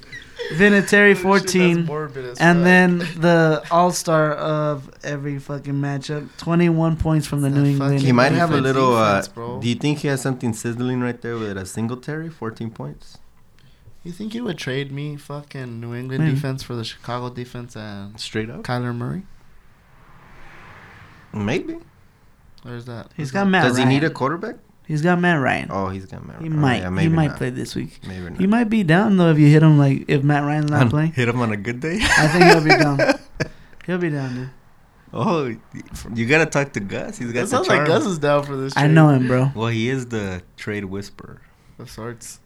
Speaker 3: Vinatieri,
Speaker 4: Shit, that's
Speaker 3: 14.
Speaker 4: morbid as
Speaker 3: And
Speaker 4: fuck.
Speaker 3: then the all star of every fucking matchup, 21 points from the
Speaker 4: That
Speaker 3: New
Speaker 4: fucking
Speaker 3: England.
Speaker 5: He might have a
Speaker 4: defense,
Speaker 5: little. Uh,
Speaker 4: defense, bro.
Speaker 5: do you think he has something sizzling right there with a single Terry? 14 points.
Speaker 4: You think you would trade me fucking New England
Speaker 3: Maybe.
Speaker 4: defense for the Chicago defense and
Speaker 5: Straight up.
Speaker 4: Kyler Murray?
Speaker 5: Maybe.
Speaker 4: Or is that?
Speaker 3: He's
Speaker 4: is
Speaker 3: got
Speaker 4: that-
Speaker 3: Matt
Speaker 5: Does
Speaker 3: Ryan.
Speaker 5: he need a quarterback?
Speaker 3: He's got Matt Ryan.
Speaker 5: Oh, he's got Matt.
Speaker 3: he
Speaker 5: Ryan. Oh,
Speaker 3: might.
Speaker 5: yeah,
Speaker 3: he
Speaker 5: maybe
Speaker 3: might
Speaker 5: not.
Speaker 3: play this week.
Speaker 5: Maybe not.
Speaker 3: He might be down though if you hit him like if Matt Ryan's not playing.
Speaker 5: Hit him on a good day.
Speaker 3: I think he'll be down. He'll be down, dude.
Speaker 5: Oh, you gotta talk to Gus. He's got
Speaker 4: That
Speaker 5: the
Speaker 4: sounds like
Speaker 5: charm.
Speaker 4: Gus is down for this.
Speaker 3: I
Speaker 4: trade
Speaker 3: know him, bro.
Speaker 5: well, he is the trade whisperer.
Speaker 4: Of sorts.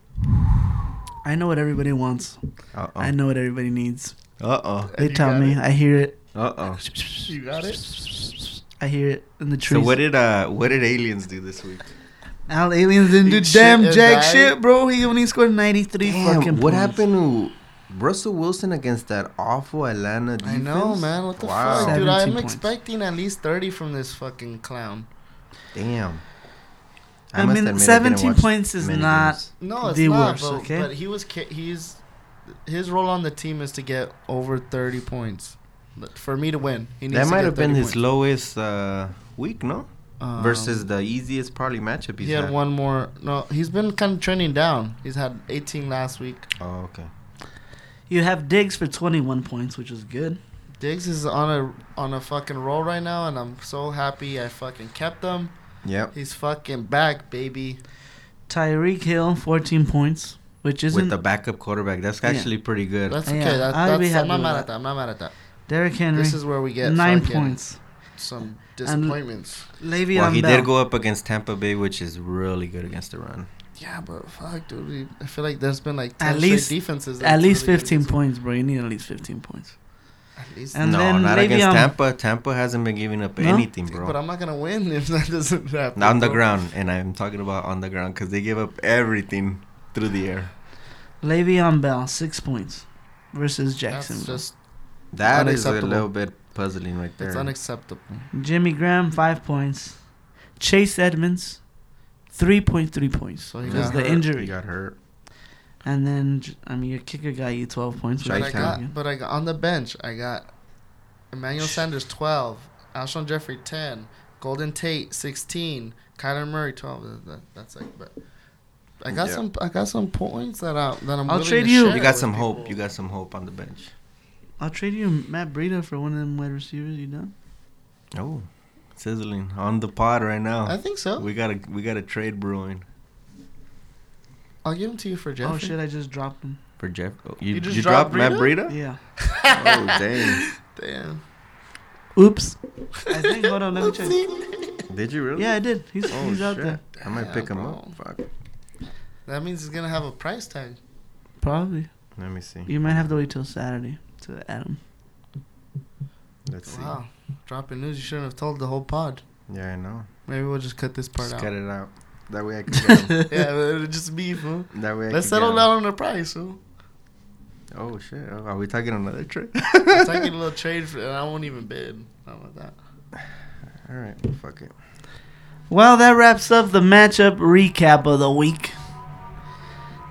Speaker 3: I know what everybody wants.
Speaker 5: Uh
Speaker 3: I
Speaker 5: oh.
Speaker 3: know what everybody needs.
Speaker 5: Uh oh.
Speaker 3: They
Speaker 4: You
Speaker 3: tell
Speaker 4: got
Speaker 3: me.
Speaker 4: it.
Speaker 3: I hear it.
Speaker 5: Uh oh.
Speaker 4: You got it.
Speaker 3: I hear it in the trees.
Speaker 5: So what did uh what did aliens do this week?
Speaker 3: Al aliens didn't do
Speaker 4: Eat
Speaker 3: damn
Speaker 4: shit and
Speaker 3: jack
Speaker 4: die.
Speaker 3: shit, bro. He only scored ninety three fucking
Speaker 5: what
Speaker 3: points.
Speaker 5: happened to Russell Wilson against that awful Atlanta
Speaker 4: I
Speaker 5: defense?
Speaker 4: know, man. What the
Speaker 5: Wow.
Speaker 4: fuck, dude? I'm
Speaker 3: 17 points.
Speaker 4: expecting at least thirty from this fucking clown.
Speaker 5: Damn.
Speaker 3: I
Speaker 5: must
Speaker 3: mean,
Speaker 5: admit I didn't
Speaker 3: 17
Speaker 5: watch
Speaker 3: points is
Speaker 5: many
Speaker 3: not-
Speaker 5: games.
Speaker 4: No, it's
Speaker 3: The
Speaker 4: not.
Speaker 3: worst,
Speaker 4: but,
Speaker 3: okay?
Speaker 4: but he was ca- he's his role on the team is to get over thirty points. But For me to win, he needs
Speaker 5: That
Speaker 4: to
Speaker 5: might
Speaker 4: get
Speaker 5: have been
Speaker 4: 30
Speaker 5: his
Speaker 4: points.
Speaker 5: lowest uh, week, no?
Speaker 4: Um,
Speaker 5: Versus the easiest probably matchup he's
Speaker 4: he had
Speaker 5: had.
Speaker 4: one more. No, he's been kind of trending down. He's had 18 last week.
Speaker 5: Oh, okay.
Speaker 3: You have Diggs for twenty one points, which is good.
Speaker 4: Diggs is on a on a fucking roll right now, and I'm so happy I fucking kept him.
Speaker 5: Yep.
Speaker 4: He's fucking back, baby.
Speaker 3: Tyreek Hill, fourteen points, which
Speaker 5: With
Speaker 3: isn't
Speaker 5: the backup quarterback, that's
Speaker 3: Yeah.
Speaker 5: actually pretty good.
Speaker 4: That's
Speaker 3: Yeah,
Speaker 4: okay. that,
Speaker 3: I'd be
Speaker 4: that's, I'm
Speaker 3: happy
Speaker 4: not
Speaker 3: with
Speaker 4: mad
Speaker 3: that.
Speaker 4: at that. I'm not mad at that.
Speaker 3: Derrick Henry.
Speaker 4: This is where we get
Speaker 3: nine
Speaker 4: fucking
Speaker 3: points.
Speaker 4: Some disappointments.
Speaker 3: Le'Veon
Speaker 5: well, he
Speaker 3: Bell.
Speaker 5: did go up against Tampa Bay, which is really good against the run.
Speaker 4: yeah, but fuck, dude. we- I feel like there's been like 10
Speaker 3: At
Speaker 4: straight
Speaker 3: least-
Speaker 4: defenses.
Speaker 3: at
Speaker 4: that's
Speaker 3: least
Speaker 4: really good
Speaker 3: fifteen
Speaker 4: against-
Speaker 3: points, bro. You need at least fifteen points.
Speaker 4: At least.
Speaker 3: And
Speaker 5: no,
Speaker 3: then
Speaker 5: not against
Speaker 3: Le'Veon-
Speaker 5: Tampa. Tampa hasn't been giving up
Speaker 3: No?
Speaker 5: anything, bro.
Speaker 4: But I'm not gonna win if that doesn't happen.
Speaker 5: on the
Speaker 4: bro.
Speaker 5: ground, and I'm talking about on the ground because they give up everything through the air.
Speaker 3: Le'Veon Bell, six points versus Jackson.
Speaker 4: That's just
Speaker 5: That is a
Speaker 4: Unacceptable.
Speaker 5: little bit puzzling right there.
Speaker 4: it's unacceptable.
Speaker 3: Jimmy Graham, five points. Chase Edmonds, three point three points
Speaker 4: So he
Speaker 3: because
Speaker 4: got
Speaker 3: the
Speaker 4: hurt.
Speaker 5: He
Speaker 3: injury.
Speaker 5: got hurt.
Speaker 3: And then J- I mean your kicker got you twelve points. which
Speaker 5: Right
Speaker 4: But
Speaker 3: is
Speaker 4: I
Speaker 5: Jackson.
Speaker 3: pretty good.
Speaker 4: got, but I got on the bench. I got Emmanuel Sanders twelve, Alshon Jeffrey ten, Golden Tate sixteen, Kyler Murray twelve. That- that- that's like, but I got
Speaker 5: Yeah.
Speaker 4: some. I got some points that I that I'm.
Speaker 3: I'll
Speaker 4: willing
Speaker 3: trade
Speaker 4: to
Speaker 3: you.
Speaker 4: share
Speaker 5: You got
Speaker 4: with
Speaker 5: some
Speaker 4: people.
Speaker 5: hope. You got some hope on the bench.
Speaker 3: I'll trade you Matt Breida for one of them wide receivers. You done?
Speaker 5: Oh, sizzling on the pod right
Speaker 4: I
Speaker 5: now.
Speaker 4: think so.
Speaker 5: We got a we got a trade brewing
Speaker 4: I'll give them to you for Jeffrey.
Speaker 3: Oh shit! I just dropped him.
Speaker 5: for Jeff. Oh, you,
Speaker 4: You
Speaker 5: you,
Speaker 4: just
Speaker 5: dropped
Speaker 4: dropped
Speaker 5: Matt Breida?
Speaker 3: Yeah.
Speaker 5: oh dang!
Speaker 4: Damn.
Speaker 3: Oops. I think. Hold on. Let me check.
Speaker 5: Did you really?
Speaker 3: Yeah, I did. He's
Speaker 5: Oh
Speaker 3: he's out
Speaker 5: shit!
Speaker 3: there.
Speaker 5: I might
Speaker 4: Yeah,
Speaker 5: pick him
Speaker 4: bro.
Speaker 5: up. Fuck.
Speaker 4: That means he's gonna have a price tag.
Speaker 3: Probably.
Speaker 5: Let me see.
Speaker 3: You might have to wait till Saturday to add him.
Speaker 5: Let's see.
Speaker 4: Wow. Dropping news. You shouldn't have told the whole pod.
Speaker 5: Yeah, I know.
Speaker 4: Maybe we'll just cut this part
Speaker 5: Just
Speaker 4: out.
Speaker 5: cut it out. That way I can. Get him.
Speaker 4: yeah, it'll just be. Fool.
Speaker 5: That way
Speaker 4: Let's
Speaker 5: I can get
Speaker 4: settle
Speaker 5: him.
Speaker 4: down on the price. Fool.
Speaker 5: Oh shit! Oh, Are we talking another trip?
Speaker 4: I'm taking a little trade, for, and I won't even bid. How about that?
Speaker 5: All right, well, fuck it.
Speaker 3: Well, that wraps up the matchup recap of the week.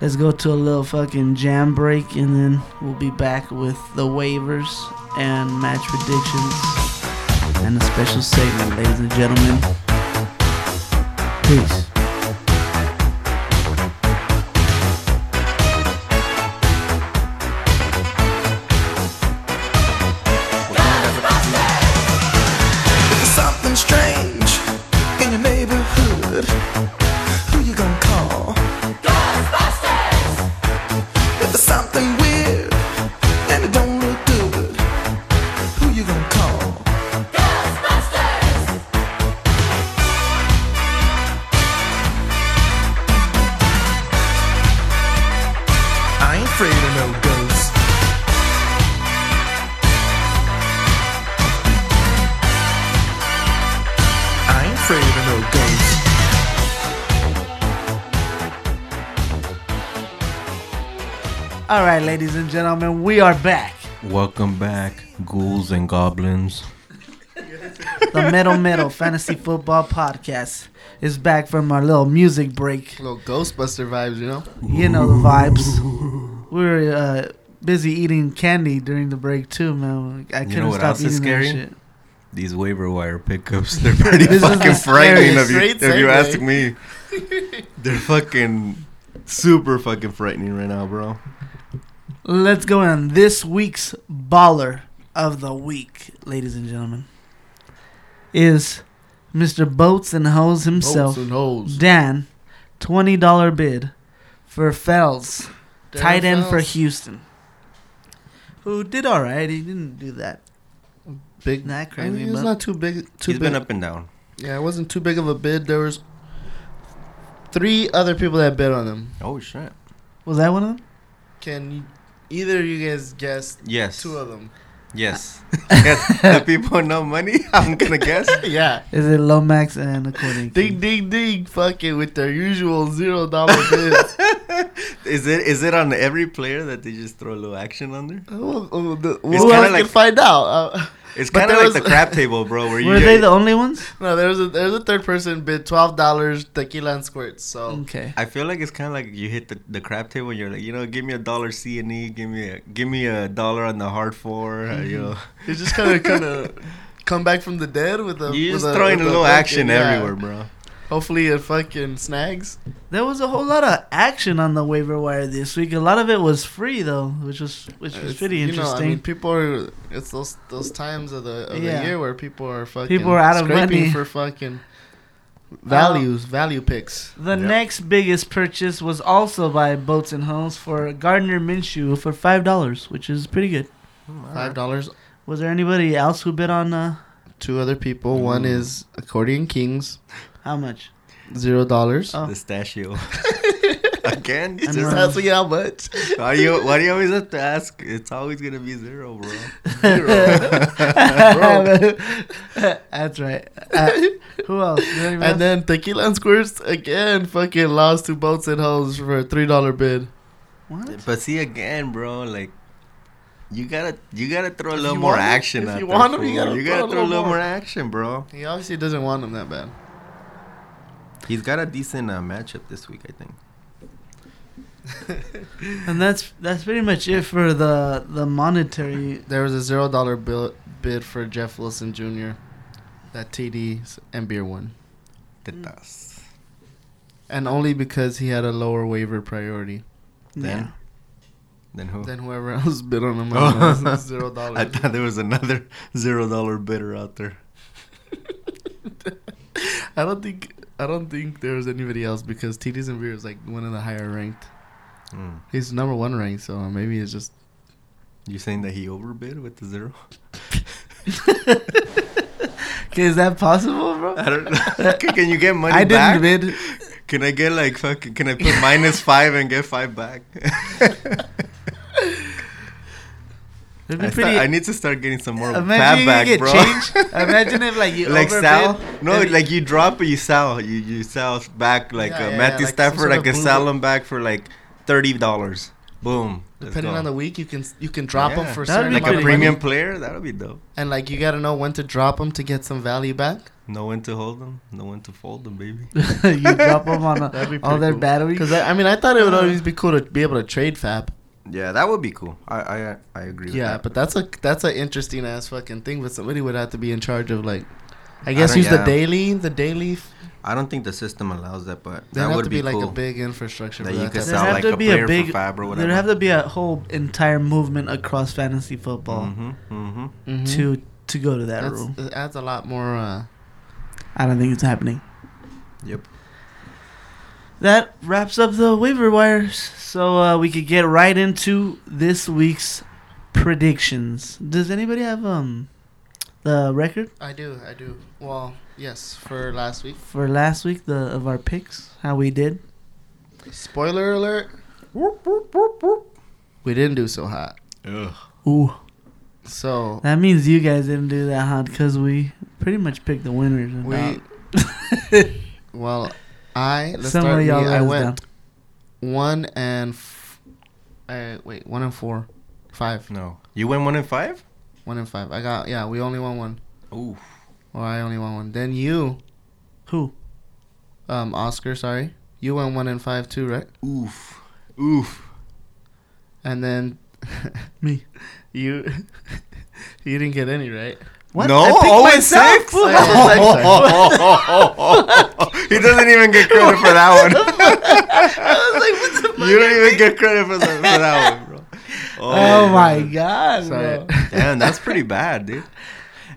Speaker 3: Let's go to a little fucking jam break and then we'll be back with the waivers and match predictions and a special segment, ladies and gentlemen. Peace.
Speaker 6: There's something strange in your neighborhood. Who you gonna call? Ghostbusters! If there's something weird and it don't look good, who you gonna call? Ghostbusters! I ain't afraid of no ghosts. I ain't afraid of no ghosts.
Speaker 3: All right, ladies and gentlemen, we are back.
Speaker 5: Welcome back, ghouls and goblins.
Speaker 3: The Metal Metal Fantasy Football Podcast is back from our little music break.
Speaker 4: Little Ghostbuster vibes, you know.
Speaker 3: You know the vibes. We were uh, busy eating candy during the break too, man. I couldn't
Speaker 5: what
Speaker 3: stop
Speaker 5: else
Speaker 3: eating
Speaker 5: is
Speaker 3: that
Speaker 5: scary?
Speaker 3: shit.
Speaker 5: These waiver wire pickups—they're pretty
Speaker 3: This is the
Speaker 5: fucking frightening. If you,
Speaker 4: scariest.
Speaker 5: if you
Speaker 4: Great
Speaker 5: ask
Speaker 4: segue.
Speaker 5: me, they're fucking super fucking frightening right now, bro.
Speaker 3: Let's go on this week's baller of the week, ladies and gentlemen. Is Mr. Boats and Hose himself,
Speaker 4: Hopes and hoes.
Speaker 3: Dan, twenty dollar bid for Fells,
Speaker 4: Darren
Speaker 3: tight end for
Speaker 4: Fells.
Speaker 3: Houston. Who did all right? He didn't do that
Speaker 4: big.
Speaker 3: that
Speaker 4: I mean,
Speaker 3: crazy,
Speaker 4: it's
Speaker 3: but
Speaker 4: not too big. Too
Speaker 5: He's
Speaker 4: big.
Speaker 5: been up and down.
Speaker 4: Yeah, it wasn't too big of a bid. There was three other people that bid on him.
Speaker 5: Oh shit!
Speaker 3: was that one of them?
Speaker 4: Can you- either of you guys guess
Speaker 5: Yes.
Speaker 4: two of them?
Speaker 5: Yes. Yes, the people know money. I'm gonna guess.
Speaker 4: yeah.
Speaker 3: Is it Lomax and according?
Speaker 4: Ding ding ding! Fuck it with their usual zero dollar bids.
Speaker 5: Is it is it on every player that they just throw a little action on there?
Speaker 4: we'll we'll, we'll,
Speaker 5: kinda
Speaker 4: can
Speaker 5: like-
Speaker 4: find out. Uh,
Speaker 5: It's
Speaker 4: But
Speaker 5: kind of
Speaker 4: there
Speaker 5: like
Speaker 4: was-
Speaker 5: the crap table, bro. Where you
Speaker 3: Were they the only ones?
Speaker 4: no, there's a there's a third person bid twelve dollars tequila and squirts. So
Speaker 3: Okay.
Speaker 5: I feel like it's kind of like you hit the, the crap table. and You're like, you know, give me a dollar C and E, give me a give me a dollar on the hard 4 uh, you know,
Speaker 4: They just kind of kind of come back from the dead with a.
Speaker 5: you're
Speaker 4: with
Speaker 5: just throwing a
Speaker 4: with
Speaker 5: little
Speaker 4: fucking-
Speaker 5: action
Speaker 4: yeah.
Speaker 5: everywhere, bro.
Speaker 4: Hopefully it fucking snags.
Speaker 3: There was a whole lot of action on the waiver wire this week. A lot of it was free though, which was which was
Speaker 4: It's-
Speaker 3: pretty
Speaker 4: you know,
Speaker 3: interesting.
Speaker 4: I mean, people are. It's those those times of the of
Speaker 3: Yeah.
Speaker 4: the year where people are fucking
Speaker 3: People are out of
Speaker 4: scraping
Speaker 3: money.
Speaker 4: for fucking values, value picks.
Speaker 3: the next biggest purchase was also by Boats and Homes for Gardner Minshew for five dollars, which is pretty good.
Speaker 4: Five dollars.
Speaker 3: Was there anybody else who bid on uh,
Speaker 4: Two other people. One
Speaker 3: Mm.
Speaker 4: is Accordion Kings.
Speaker 3: how much?
Speaker 4: Zero dollars.
Speaker 3: Oh.
Speaker 5: Pistachio. Again?
Speaker 3: I'm
Speaker 5: Just-
Speaker 3: wrong.
Speaker 4: That's how much.
Speaker 5: why, do you, why do you always have to ask? It's always gonna be zero, bro.
Speaker 3: That's right. Uh, who else? Is there anybody else?
Speaker 4: And then Tequila and Squirts again fucking lost to Boats and Hoes for a three dollar bid.
Speaker 3: What?
Speaker 5: But see again, bro, like you gotta you gotta throw a
Speaker 4: If
Speaker 5: little
Speaker 4: you
Speaker 5: more
Speaker 4: want 'em-
Speaker 5: action.
Speaker 4: if
Speaker 5: out
Speaker 4: you
Speaker 5: there,
Speaker 4: want 'em, you
Speaker 5: fool.
Speaker 4: gotta throw a
Speaker 5: throw a
Speaker 4: little
Speaker 5: little more
Speaker 4: more.
Speaker 5: action, bro.
Speaker 4: He obviously doesn't want them that bad.
Speaker 5: He's got a decent uh, matchup this week, I think.
Speaker 3: And that's that's pretty much it for the the monetary.
Speaker 4: There was a zero dollar bill bid for Jeff Wilson Jr. That TD and beer one, Mm.
Speaker 5: Tetas.
Speaker 4: and only because he had a lower waiver priority
Speaker 5: Then,
Speaker 3: Yeah.
Speaker 5: then who?
Speaker 4: than whoever else bid on him.
Speaker 5: Oh.
Speaker 4: It was zero
Speaker 5: I
Speaker 4: dollars.
Speaker 5: thought there was another zero dollar bidder out there.
Speaker 4: I don't think I don't think there was anybody else because TDs and beer is like one of the higher ranked.
Speaker 5: Mm.
Speaker 4: He's number one ranked, so maybe it's just
Speaker 5: You saying that he overbid with the zero?
Speaker 3: Is that possible, bro?
Speaker 5: I don't know. Can- Can you get money
Speaker 3: I
Speaker 5: back?
Speaker 3: didn't bid.
Speaker 5: Can I get like fucking? Can I put minus five and get five back?
Speaker 3: It'd
Speaker 5: I,
Speaker 3: be
Speaker 5: sta-
Speaker 3: pretty.
Speaker 5: I need to start getting some more
Speaker 3: Imagine
Speaker 5: fab
Speaker 3: you
Speaker 5: back,
Speaker 3: get
Speaker 5: bro.
Speaker 3: change. Imagine if like you
Speaker 5: like
Speaker 3: overbid
Speaker 5: sell? No,
Speaker 3: and-
Speaker 5: like you drop but you sell. You you sell back like
Speaker 4: Yeah,
Speaker 5: uh,
Speaker 4: yeah, yeah,
Speaker 5: Matthew
Speaker 4: like some
Speaker 5: Stafford.
Speaker 4: sort
Speaker 5: I
Speaker 4: of
Speaker 5: could
Speaker 4: blue-
Speaker 5: sell him back for like thirty dollars. Boom. Let's
Speaker 4: Depending
Speaker 5: go.
Speaker 4: on the week, you can you can drop them
Speaker 5: Yeah.
Speaker 4: for a
Speaker 3: That'd
Speaker 4: certain
Speaker 3: be
Speaker 5: like
Speaker 4: amount
Speaker 5: a
Speaker 4: of
Speaker 5: premium
Speaker 4: money,
Speaker 5: player, that'll be dope.
Speaker 4: and like you gotta know when to drop them to get some value back.
Speaker 5: No one to hold them, no one to fold them, baby.
Speaker 3: you drop them on
Speaker 4: That'd be
Speaker 3: a, all
Speaker 4: pretty
Speaker 3: their
Speaker 4: cool.
Speaker 3: batteries.
Speaker 4: Because I, I mean, I thought it would always be cool to be able to trade Fab.
Speaker 5: Yeah, that would be cool. I I, I agree.
Speaker 4: Yeah,
Speaker 5: with that.
Speaker 4: but that's a that's an interesting ass fucking thing. But somebody would have to be in charge of like, I
Speaker 5: I
Speaker 4: guess
Speaker 5: don't-
Speaker 4: use the
Speaker 5: yeah.
Speaker 4: daily, the daily. f-
Speaker 5: I don't think the system allows that. But
Speaker 4: There'd
Speaker 5: that
Speaker 4: have
Speaker 5: would
Speaker 4: to
Speaker 5: be,
Speaker 4: be, like
Speaker 5: cool.
Speaker 4: a big infrastructure
Speaker 5: That
Speaker 4: for
Speaker 5: you
Speaker 4: that.
Speaker 5: could
Speaker 4: type
Speaker 3: There'd
Speaker 4: of-
Speaker 5: sell.
Speaker 3: have
Speaker 5: like
Speaker 3: to
Speaker 5: a
Speaker 3: be a
Speaker 5: player for
Speaker 3: big.
Speaker 5: Fab or
Speaker 3: There'd
Speaker 5: whatever.
Speaker 3: have to be a whole entire movement across fantasy football
Speaker 5: hmm hmm
Speaker 4: Mhm.
Speaker 3: to to go to that
Speaker 4: That's-
Speaker 3: room.
Speaker 4: it adds a lot more. Uh,
Speaker 3: I don't think it's happening.
Speaker 5: Yep.
Speaker 3: That wraps up the waiver wires, so uh, we could get right into this week's predictions. Does anybody have um the record
Speaker 4: I do, I do. Well, yes, for last week.
Speaker 3: for last week? The of our picks, how we did?
Speaker 4: Spoiler alert. We didn't do so hot.
Speaker 3: Ooh,
Speaker 4: So
Speaker 3: that means you guys didn't do that hot because we pretty much picked the winners. and
Speaker 4: we,
Speaker 3: not-
Speaker 4: well, I let's
Speaker 3: Some
Speaker 4: start.
Speaker 3: of
Speaker 4: Me,
Speaker 3: y'all
Speaker 4: I
Speaker 3: let us
Speaker 4: went one and f- uh, wait, one and four, five,
Speaker 5: No, you win one in five.
Speaker 4: one and five. I got yeah. We only won one,
Speaker 5: Ooh.
Speaker 4: or I only won one. Then you,
Speaker 3: Who?
Speaker 4: um, Oscar, sorry, you went one and five too, right?
Speaker 5: Oof. Oof.
Speaker 4: And then
Speaker 3: Me.
Speaker 4: you, you didn't get any right.
Speaker 3: What?
Speaker 5: No,
Speaker 3: I picked
Speaker 5: oh, and
Speaker 3: myself.
Speaker 5: six.
Speaker 4: Oh, yeah, six, sorry.
Speaker 5: Oh. he doesn't even get credit for that one. you don't even get credit for, the, for that one, bro.
Speaker 3: Oh, my god,
Speaker 4: Sorry.
Speaker 3: bro.
Speaker 5: Damn, that's pretty bad, dude.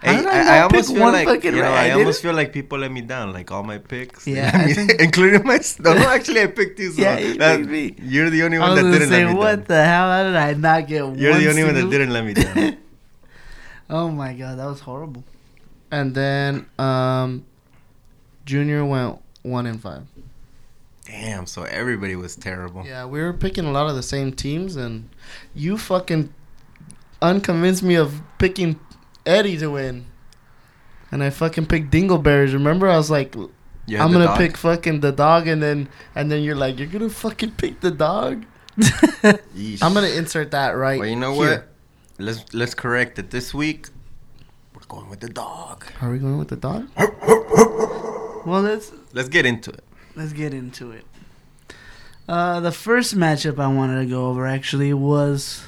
Speaker 3: How
Speaker 5: Hey,
Speaker 3: did I
Speaker 5: I, I,
Speaker 3: not
Speaker 5: almost
Speaker 3: pick
Speaker 5: feel
Speaker 3: one
Speaker 5: like you
Speaker 3: fucking
Speaker 5: know,
Speaker 3: right? I
Speaker 5: I,
Speaker 3: did
Speaker 5: almost feel like people let me down, like all my picks, they
Speaker 3: Yeah,
Speaker 5: let
Speaker 3: I
Speaker 5: me-
Speaker 3: think-
Speaker 5: including myself. No, actually, I picked you. So
Speaker 3: Yeah, you
Speaker 5: that-
Speaker 3: picked me.
Speaker 5: You're the only
Speaker 3: I
Speaker 5: one
Speaker 3: was
Speaker 5: that
Speaker 3: gonna
Speaker 5: didn't
Speaker 3: say,
Speaker 5: let me
Speaker 3: what
Speaker 5: down.
Speaker 3: the hell? How did I not get one?
Speaker 5: You're the only one that
Speaker 3: single-
Speaker 5: didn't let me down.
Speaker 3: Oh my god, that was horrible.
Speaker 4: And then um, Junior went one and five.
Speaker 5: Damn, so everybody was terrible.
Speaker 4: Yeah, we were picking a lot of the same teams, and you fucking unconvinced me of picking Eddie to win. And I fucking picked Dingleberries. Remember, I was like,
Speaker 5: You had
Speaker 4: I'm
Speaker 5: the
Speaker 4: gonna
Speaker 5: dog?
Speaker 4: pick fucking the dog, and then and then you're like, you're gonna fucking pick the dog.
Speaker 5: Yeesh.
Speaker 4: I'm gonna insert that right.
Speaker 5: Well, you know
Speaker 4: here.
Speaker 5: what? Let's let's correct it. This week, we're going with the dog.
Speaker 4: Are we going with the dog?
Speaker 3: Well, let's
Speaker 5: Let's get into it.
Speaker 3: let's get into it. Uh, the first matchup I wanted to go over actually was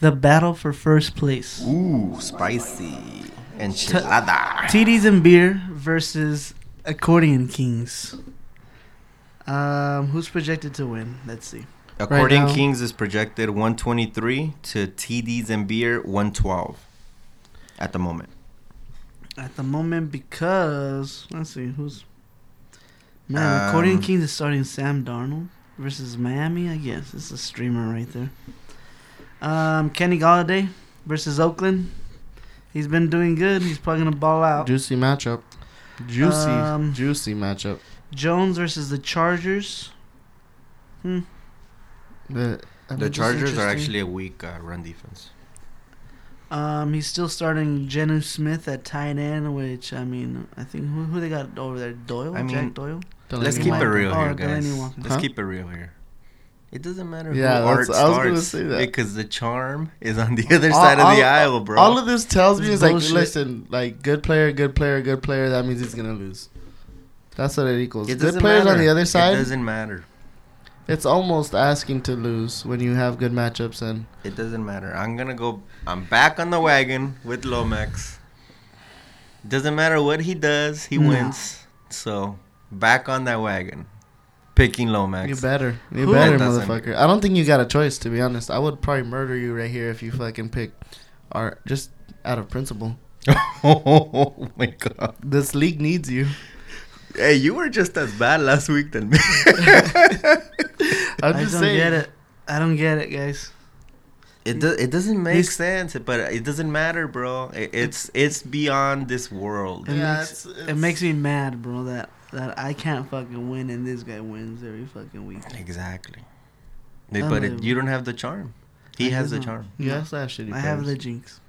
Speaker 3: the battle for first place.
Speaker 5: Ooh, spicy enchilada.
Speaker 3: TDs and beer versus accordion kings. Um, who's projected to win? Let's see.
Speaker 5: According
Speaker 4: now-
Speaker 5: Kings is projected 123 to TDs and beer 112 at the moment.
Speaker 3: At the moment, because let's see who's. Man, Accordion
Speaker 5: Um,
Speaker 3: Kings is starting Sam Darnold versus Miami. I guess it's a streamer right there. Um, Kenny Galladay versus Oakland. He's been doing good. He's probably gonna ball out.
Speaker 4: Juicy matchup. Juicy,
Speaker 3: Um,
Speaker 4: juicy matchup.
Speaker 3: Jones versus the Chargers.
Speaker 4: The, I mean,
Speaker 5: The
Speaker 4: just
Speaker 5: Chargers are
Speaker 4: interesting.
Speaker 5: actually a weak uh, run defense.
Speaker 3: Um, he's still starting Genu Smith at tight end, which I mean, I think who, who they got over there? Doyle,
Speaker 5: I mean,
Speaker 3: Jack Doyle.
Speaker 4: Delaney
Speaker 5: Let's keep it
Speaker 3: Walker.
Speaker 4: Walker.
Speaker 5: real
Speaker 3: Oh,
Speaker 5: here,
Speaker 3: Delaney
Speaker 5: guys.
Speaker 3: Walker.
Speaker 5: Let's
Speaker 4: Huh?
Speaker 5: keep it real here. It doesn't matter
Speaker 4: Yeah,
Speaker 5: who
Speaker 4: that's-
Speaker 5: Art
Speaker 4: I was gonna
Speaker 5: starts
Speaker 4: say that.
Speaker 5: because the charm is on the other side of the aisle, bro.
Speaker 4: All of this tells me
Speaker 3: It's
Speaker 4: is like,
Speaker 3: bullshit.
Speaker 4: listen, like good player, good player, good player. That means he's gonna lose. That's what it equals.
Speaker 5: It
Speaker 4: good
Speaker 5: doesn't
Speaker 4: players on
Speaker 5: matter.
Speaker 4: the other
Speaker 5: It
Speaker 4: side.
Speaker 5: doesn't matter.
Speaker 4: It's almost asking to lose when you have good matchups and
Speaker 5: It doesn't matter. I'm gonna go. I'm back on the wagon with Lomax. Doesn't matter what he does, he
Speaker 3: No.
Speaker 5: wins. So back on that wagon, picking Lomax.
Speaker 4: you better, you
Speaker 3: Who-
Speaker 4: better,
Speaker 5: It doesn't.
Speaker 4: motherfucker. I don't think you got a choice to be honest. I would probably murder you right here if you fucking pick Art just out of principle.
Speaker 5: oh my god!
Speaker 4: This league needs you.
Speaker 5: Hey, you were just as bad last week than me.
Speaker 4: I'm
Speaker 3: I
Speaker 4: just
Speaker 3: don't
Speaker 4: saying.
Speaker 3: get it. I don't get it, guys.
Speaker 5: it do, it doesn't make
Speaker 3: This-
Speaker 5: sense, but it doesn't matter, bro. It, it's it's beyond this world.
Speaker 3: It
Speaker 4: Yeah,
Speaker 3: makes
Speaker 4: it's-
Speaker 3: it
Speaker 4: it's-
Speaker 3: makes me mad, bro. That that I can't fucking win, and this guy wins every fucking week.
Speaker 5: Exactly. But it, you don't have the charm. He
Speaker 3: I
Speaker 5: has the
Speaker 3: don't.
Speaker 5: charm.
Speaker 4: You have to have shitty
Speaker 3: I have the
Speaker 4: players.
Speaker 3: jinx.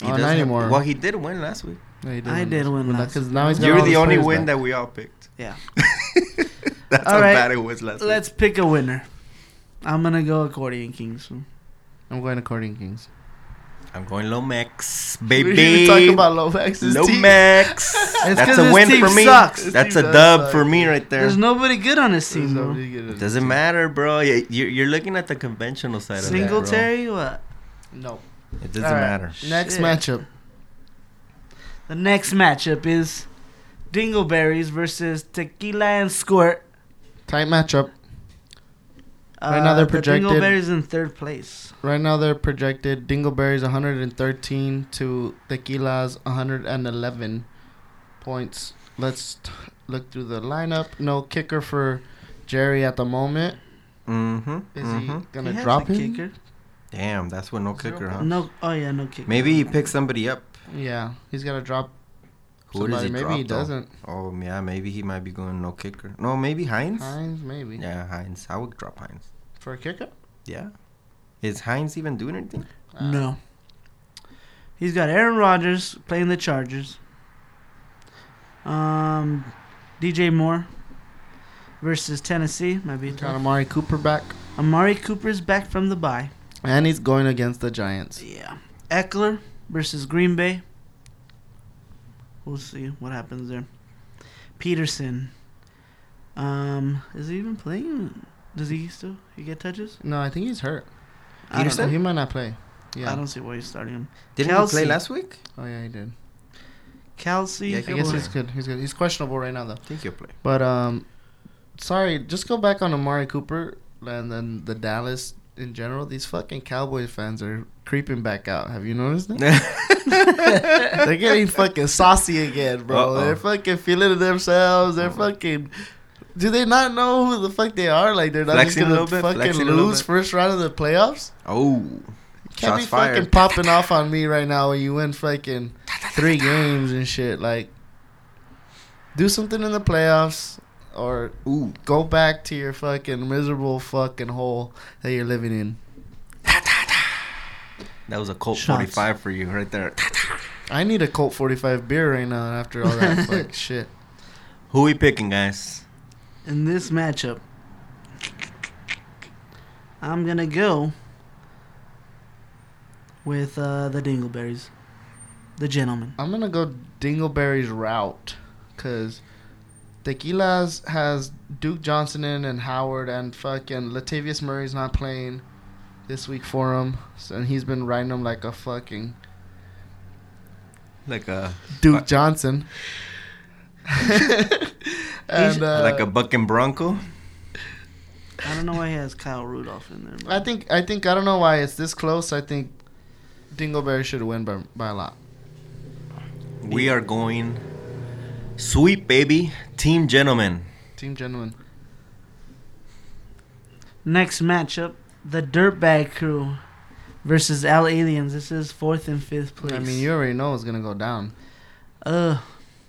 Speaker 5: He
Speaker 4: Oh,
Speaker 5: does
Speaker 4: not
Speaker 5: have-
Speaker 4: anymore.
Speaker 5: Well, he did win last week.
Speaker 4: No, you didn't.
Speaker 3: I did win
Speaker 4: Well,
Speaker 3: last-
Speaker 4: 'cause now he's got
Speaker 5: You're
Speaker 4: all
Speaker 5: the
Speaker 4: his
Speaker 5: only
Speaker 4: players
Speaker 5: win
Speaker 4: back.
Speaker 5: that we all picked.
Speaker 3: Yeah.
Speaker 5: That's
Speaker 3: All
Speaker 5: how
Speaker 3: right.
Speaker 5: bad it was last
Speaker 3: Let's pick a winner.
Speaker 5: week.
Speaker 3: I'm gonna go accordion kings.
Speaker 4: I'm going Accordion Kings.
Speaker 5: I'm going Lomax,
Speaker 4: We
Speaker 5: baby.
Speaker 4: didn't even talk about Lomax's team.
Speaker 5: Lomax.
Speaker 3: It's
Speaker 5: That's
Speaker 3: 'cause
Speaker 5: a
Speaker 3: his
Speaker 5: win
Speaker 3: team
Speaker 5: for me.
Speaker 3: sucks.
Speaker 4: His
Speaker 5: That's
Speaker 4: team
Speaker 5: a
Speaker 4: does
Speaker 5: dub
Speaker 4: suck.
Speaker 5: for me right there.
Speaker 3: There's nobody good on his team
Speaker 4: So
Speaker 3: though.
Speaker 4: we get it.
Speaker 5: Doesn't matter, bro. You- You're you're looking at the conventional side of that,
Speaker 3: Singletary, what?
Speaker 4: No.
Speaker 5: bro. It doesn't
Speaker 4: All right.
Speaker 5: matter.
Speaker 4: Next
Speaker 3: Shit.
Speaker 4: matchup.
Speaker 3: The next matchup is Dingleberries versus Tequila and Squirt.
Speaker 4: Tight matchup.
Speaker 3: Uh,
Speaker 4: Right now they're
Speaker 3: the
Speaker 4: projected-
Speaker 3: Dingleberries in third place.
Speaker 4: Right now they're projected Dingleberry's 113 to Tequila's 111 points. Let's t- look through the lineup. No kicker for Jerry at the moment.
Speaker 5: Mm-hmm.
Speaker 4: Is
Speaker 5: hmm
Speaker 4: he gonna
Speaker 3: He has
Speaker 4: drop
Speaker 3: a
Speaker 4: him?
Speaker 3: kicker.
Speaker 5: Damn, that's with no kicker, huh?
Speaker 3: No. Oh yeah, no kicker.
Speaker 5: Maybe he picks somebody up.
Speaker 4: Yeah, he's gonna drop
Speaker 5: Who does
Speaker 4: somebody.
Speaker 5: he
Speaker 4: maybe
Speaker 5: drop,
Speaker 4: he
Speaker 5: though?
Speaker 4: doesn't.
Speaker 5: Oh yeah, maybe he might be going no kicker. No, maybe Heinz.
Speaker 4: Hines, maybe
Speaker 5: Yeah, Heinz. I would drop Heinz.
Speaker 4: for a kicker.
Speaker 5: Yeah. Is Heinz even doing anything?
Speaker 4: Uh,
Speaker 3: no. He's got Aaron Rodgers playing the Chargers. Um, DJ Moore versus Tennessee might be
Speaker 4: He's got
Speaker 3: tough.
Speaker 4: Amari Cooper back,
Speaker 3: Amari Cooper's back from the bye.
Speaker 4: and he's going against the Giants.
Speaker 3: Yeah. Eckler versus Green Bay. We'll see what happens there. Peterson. Um, is he even playing? Does he still he get touches?
Speaker 4: No, I think he's hurt. I don't
Speaker 5: Peterson?
Speaker 4: know, He might not play. Yeah.
Speaker 3: I don't see why he's starting him.
Speaker 5: Didn't he
Speaker 3: Kelsey.
Speaker 5: play last week?
Speaker 4: oh yeah, he did.
Speaker 3: Kelsey.
Speaker 5: Yeah,
Speaker 4: I
Speaker 5: he
Speaker 4: guess
Speaker 5: was.
Speaker 4: he's good. He's good. He's questionable right now though.
Speaker 5: I think he'll play.
Speaker 4: But um, sorry, just go back on Amari Cooper and then the Dallas in general. These fucking Cowboys fans are creeping back out. Have you noticed that? They're getting fucking saucy again, bro.
Speaker 5: Uh-oh.
Speaker 4: They're fucking feeling themselves. They're fucking. Do they not know who the fuck they are? Like they're not
Speaker 5: Flexing a
Speaker 4: just
Speaker 5: little bit,
Speaker 4: gonna fucking
Speaker 5: flexing a little
Speaker 4: lose
Speaker 5: bit.
Speaker 4: first round of the playoffs.
Speaker 5: oh,
Speaker 4: Can't
Speaker 5: shots
Speaker 4: be
Speaker 5: fired.
Speaker 4: fucking popping off on me right now when you win fucking three games and shit. Like, do something in the playoffs or
Speaker 5: Ooh,
Speaker 4: go back to your fucking miserable fucking hole that you're living in.
Speaker 5: that was a Colt
Speaker 3: Shots.
Speaker 5: 45 for you right there.
Speaker 4: I need a Colt 45 beer right now after all that fuck shit.
Speaker 5: Who we picking, guys?
Speaker 3: In this matchup, I'm gonna go with uh, the Dingleberries, the gentleman.
Speaker 4: I'm gonna go Dingleberry's route because Tequila's has Duke Johnson in and Howard and fucking Latavius Murray's not playing this week for him, so, and he's been riding him like a fucking
Speaker 5: Like a
Speaker 4: Duke Johnson. and, uh,
Speaker 5: like a bucking bronco.
Speaker 3: I don't know why he has Kyle Rudolph in there. But
Speaker 4: I think I think I don't know why it's this close. I think Dingleberry should win by by a lot.
Speaker 5: We are going sweep, baby. Team gentlemen.
Speaker 4: Team gentlemen.
Speaker 3: Next matchup, the Dirtbag Crew versus Al Aliens. This is fourth and fifth place.
Speaker 4: I mean, you already know it's gonna go down.
Speaker 3: Ugh.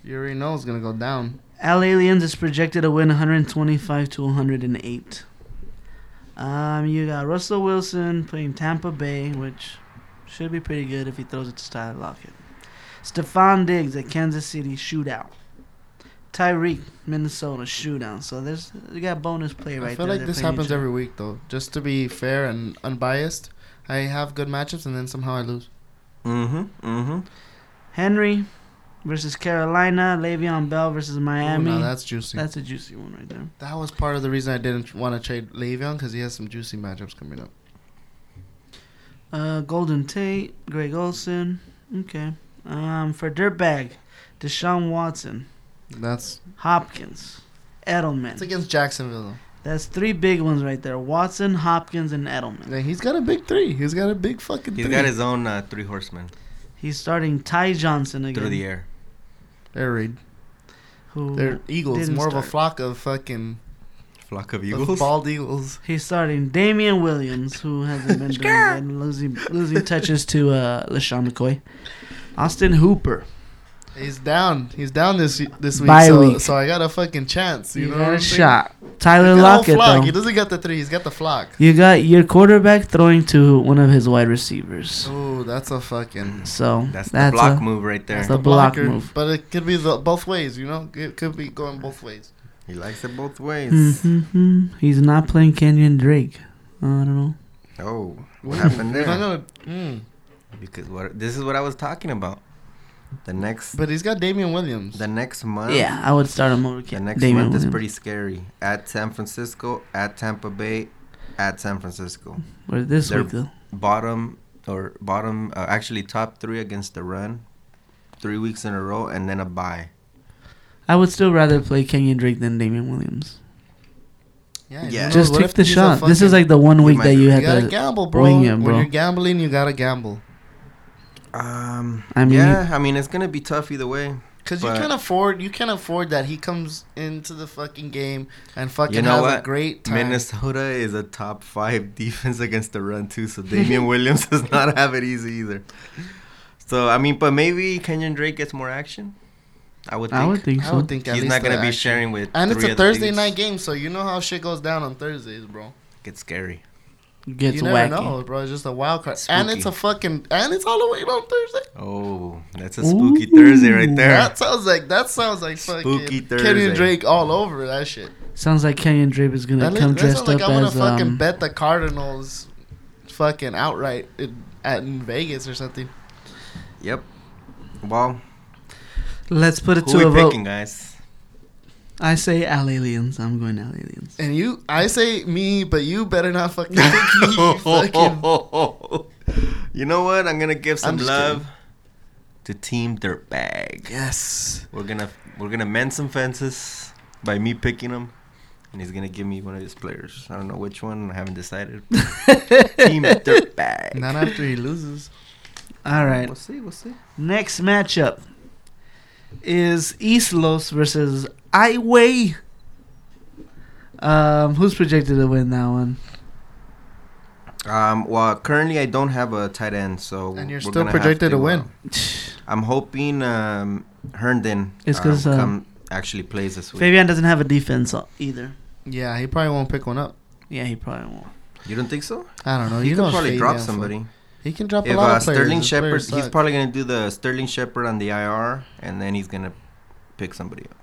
Speaker 4: You already know it's gonna go down.
Speaker 3: Al Aliens is projected to win 125 to 108. Um, you got Russell Wilson playing Tampa Bay, which should be pretty good if he throws it to Tyler Lockett. Stephon Diggs at Kansas City shootout. Tyreek Minnesota shootout. So there's you got bonus play right
Speaker 4: I feel
Speaker 3: there.
Speaker 4: like
Speaker 3: They're
Speaker 4: this
Speaker 3: playing
Speaker 4: happens
Speaker 3: each other.
Speaker 4: every week, though. Just to be fair and unbiased, I have good matchups and then somehow I lose.
Speaker 5: Mm-hmm. Mm-hmm.
Speaker 3: Henry versus Carolina. Le'Veon Bell versus
Speaker 4: Oh,
Speaker 3: Miami.
Speaker 4: no,
Speaker 3: that's,
Speaker 4: that's juicy.
Speaker 3: a juicy one right there.
Speaker 4: that was part of the reason I didn't want to trade Le'Veon because he has some juicy matchups coming up.
Speaker 3: Uh, Golden Tate, Greg Olson. Okay. Um, for Dirtbag, Deshaun Watson,
Speaker 4: That's
Speaker 3: Hopkins,
Speaker 4: it's
Speaker 3: Edelman.
Speaker 4: against Jacksonville.
Speaker 3: That's three big ones right there. Watson, Hopkins, and
Speaker 4: though.
Speaker 3: Edelman.
Speaker 4: Yeah, he's got a big three. He's got a big fucking.
Speaker 5: He's
Speaker 4: three.
Speaker 5: got his own uh, three horsemen
Speaker 3: He's starting Ty Johnson again.
Speaker 5: through the air.
Speaker 4: They're, read.
Speaker 3: Who
Speaker 4: They're eagles.
Speaker 3: Mm. didn't
Speaker 4: more of a
Speaker 3: start.
Speaker 4: flock of fucking
Speaker 5: Flock of
Speaker 4: of
Speaker 5: eagles.
Speaker 4: bald eagles.
Speaker 3: He's starting Damian Williams, who hasn't been doing good, and losing losing touches to uh, LaShawn McCoy. Austin Hooper.
Speaker 4: He's down. He's down this this week.
Speaker 3: Bye
Speaker 4: so,
Speaker 3: week.
Speaker 4: so I got a fucking chance. You
Speaker 3: You
Speaker 4: know
Speaker 3: got
Speaker 4: what
Speaker 3: a
Speaker 4: I'm saying?
Speaker 3: shot.
Speaker 4: He's
Speaker 3: Tyler
Speaker 4: got a whole
Speaker 3: Lockett,
Speaker 4: flock.
Speaker 3: though.
Speaker 4: He doesn't got the three. He's got the flock.
Speaker 3: You got your quarterback throwing to one of his wide receivers.
Speaker 4: Oh, that's a fucking.
Speaker 3: So
Speaker 5: That's
Speaker 3: that's,
Speaker 5: the block
Speaker 3: a,
Speaker 5: move right there.
Speaker 3: that's a block
Speaker 4: blocker,
Speaker 3: move.
Speaker 4: But it could be the, both ways, you know? It could be going both ways. Mm-hmm.
Speaker 5: He likes it both ways.
Speaker 3: Mhm. He's not playing Kenyon Drake. I don't know.
Speaker 5: Oh, what
Speaker 4: Ooh,
Speaker 5: happened
Speaker 4: he's not
Speaker 5: there?
Speaker 4: gonna- mm.
Speaker 5: Because what, this is what I was talking about. The next,
Speaker 4: But he's got Damian Williams.
Speaker 5: the next month.
Speaker 3: Yeah, I would start a motorcade.
Speaker 5: The next
Speaker 3: Damian
Speaker 5: month is
Speaker 3: Williams.
Speaker 5: pretty scary. At San Francisco, at Tampa Bay, at San Francisco.
Speaker 3: But this
Speaker 5: they're-
Speaker 3: week though.
Speaker 5: Bottom or bottom, uh, actually top three against the run, three weeks in a row, and then a bye.
Speaker 3: I would still rather play Kenyon Drake than Damian Williams.
Speaker 4: yeah,
Speaker 5: yeah.
Speaker 4: who knows?
Speaker 3: Just
Speaker 4: What
Speaker 3: take
Speaker 4: if
Speaker 3: the
Speaker 4: he's a
Speaker 3: shot. This is
Speaker 4: fucking-
Speaker 3: like the one
Speaker 5: We
Speaker 3: week
Speaker 5: might-
Speaker 3: that you
Speaker 5: we
Speaker 4: you
Speaker 3: had
Speaker 4: gotta
Speaker 3: to
Speaker 4: gamble, bro.
Speaker 3: wing him,
Speaker 4: When
Speaker 3: bro.
Speaker 4: you're gambling, you gotta gamble.
Speaker 5: Um,
Speaker 3: I mean-
Speaker 5: yeah, I mean it's gonna be tough either way.
Speaker 4: Cause you
Speaker 5: But-
Speaker 4: can't afford you can't afford that he comes into the fucking game and fucking
Speaker 5: You know
Speaker 4: has
Speaker 5: what?
Speaker 4: a great time.
Speaker 5: Minnesota is a top five defense against the run too, so Damian Williams does not have it easy either. So I mean, but maybe Kenyon Drake gets more action. I would. Think.
Speaker 3: I would think
Speaker 4: I
Speaker 3: so.
Speaker 4: would think at
Speaker 5: He's
Speaker 4: least
Speaker 5: not gonna
Speaker 4: the
Speaker 5: be
Speaker 4: action.
Speaker 5: sharing with.
Speaker 4: And it's
Speaker 5: three
Speaker 4: a
Speaker 5: other
Speaker 4: Thursday
Speaker 5: dudes.
Speaker 4: night game, so you know how shit goes down on Thursdays, bro.
Speaker 5: Gets scary.
Speaker 3: Gets
Speaker 4: you never
Speaker 3: wacky.
Speaker 4: know, bro. It's just a wild card, and
Speaker 5: Spooky.
Speaker 4: it's a fucking and it's all the way on Thursday.
Speaker 5: Oh, that's a spooky Thursday right there.
Speaker 4: That sounds like that sounds like fucking
Speaker 5: Spooky
Speaker 4: Kenny
Speaker 5: Thursday.
Speaker 4: Drake all over that shit.
Speaker 3: Sounds like Kenyon Drake is gonna
Speaker 4: That, li-
Speaker 3: come
Speaker 4: that
Speaker 3: dressed
Speaker 4: sounds like
Speaker 3: up
Speaker 4: I want
Speaker 3: as
Speaker 4: to fucking
Speaker 3: um,
Speaker 4: bet the Cardinals, fucking outright in, at in Vegas or something.
Speaker 5: Yep. Well,
Speaker 3: Let's put it
Speaker 5: who
Speaker 3: to
Speaker 5: are
Speaker 3: a
Speaker 5: we
Speaker 3: vote.
Speaker 5: picking, guys?
Speaker 3: I say Al Aliens. I'm going Al Aliens.
Speaker 4: And you, I say me, but you better not fucking pick me. you fucking-
Speaker 5: you know what? I'm gonna give some
Speaker 4: I'm just
Speaker 5: love to Team Dirtbag.
Speaker 4: Yes.
Speaker 5: We're gonna we're gonna mend some fences by me picking him, and he's gonna give me one of his players. I don't know which one. I haven't decided. Team Dirtbag.
Speaker 4: Not after he loses.
Speaker 3: All right.
Speaker 5: We'll see. We'll see.
Speaker 3: Next matchup is East Los versus Iway. Um, who's projected to win that one?
Speaker 5: Um. Well, currently I don't have a tight end, so
Speaker 4: And you're
Speaker 5: we're
Speaker 4: still
Speaker 5: gonna have
Speaker 4: projected to win.
Speaker 5: uh, I'm hoping um, Herndon um,
Speaker 3: It's 'cause, uh,
Speaker 5: come actually plays this week.
Speaker 3: Fabian doesn't have a defense o- either.
Speaker 4: Yeah, he probably won't pick one up.
Speaker 3: Yeah, he probably won't.
Speaker 5: You don't think so?
Speaker 4: I don't know.
Speaker 5: he
Speaker 4: You
Speaker 5: could
Speaker 4: know
Speaker 5: probably drop
Speaker 4: Fabian,
Speaker 5: somebody.
Speaker 4: fool. He can drop
Speaker 5: If
Speaker 4: a lot
Speaker 5: uh,
Speaker 4: of players.
Speaker 5: Sterling
Speaker 4: His
Speaker 5: Shepard,
Speaker 4: players
Speaker 5: he's
Speaker 4: suck.
Speaker 5: probably gonna do the Sterling Shepard on the IR, and then he's gonna pick somebody up.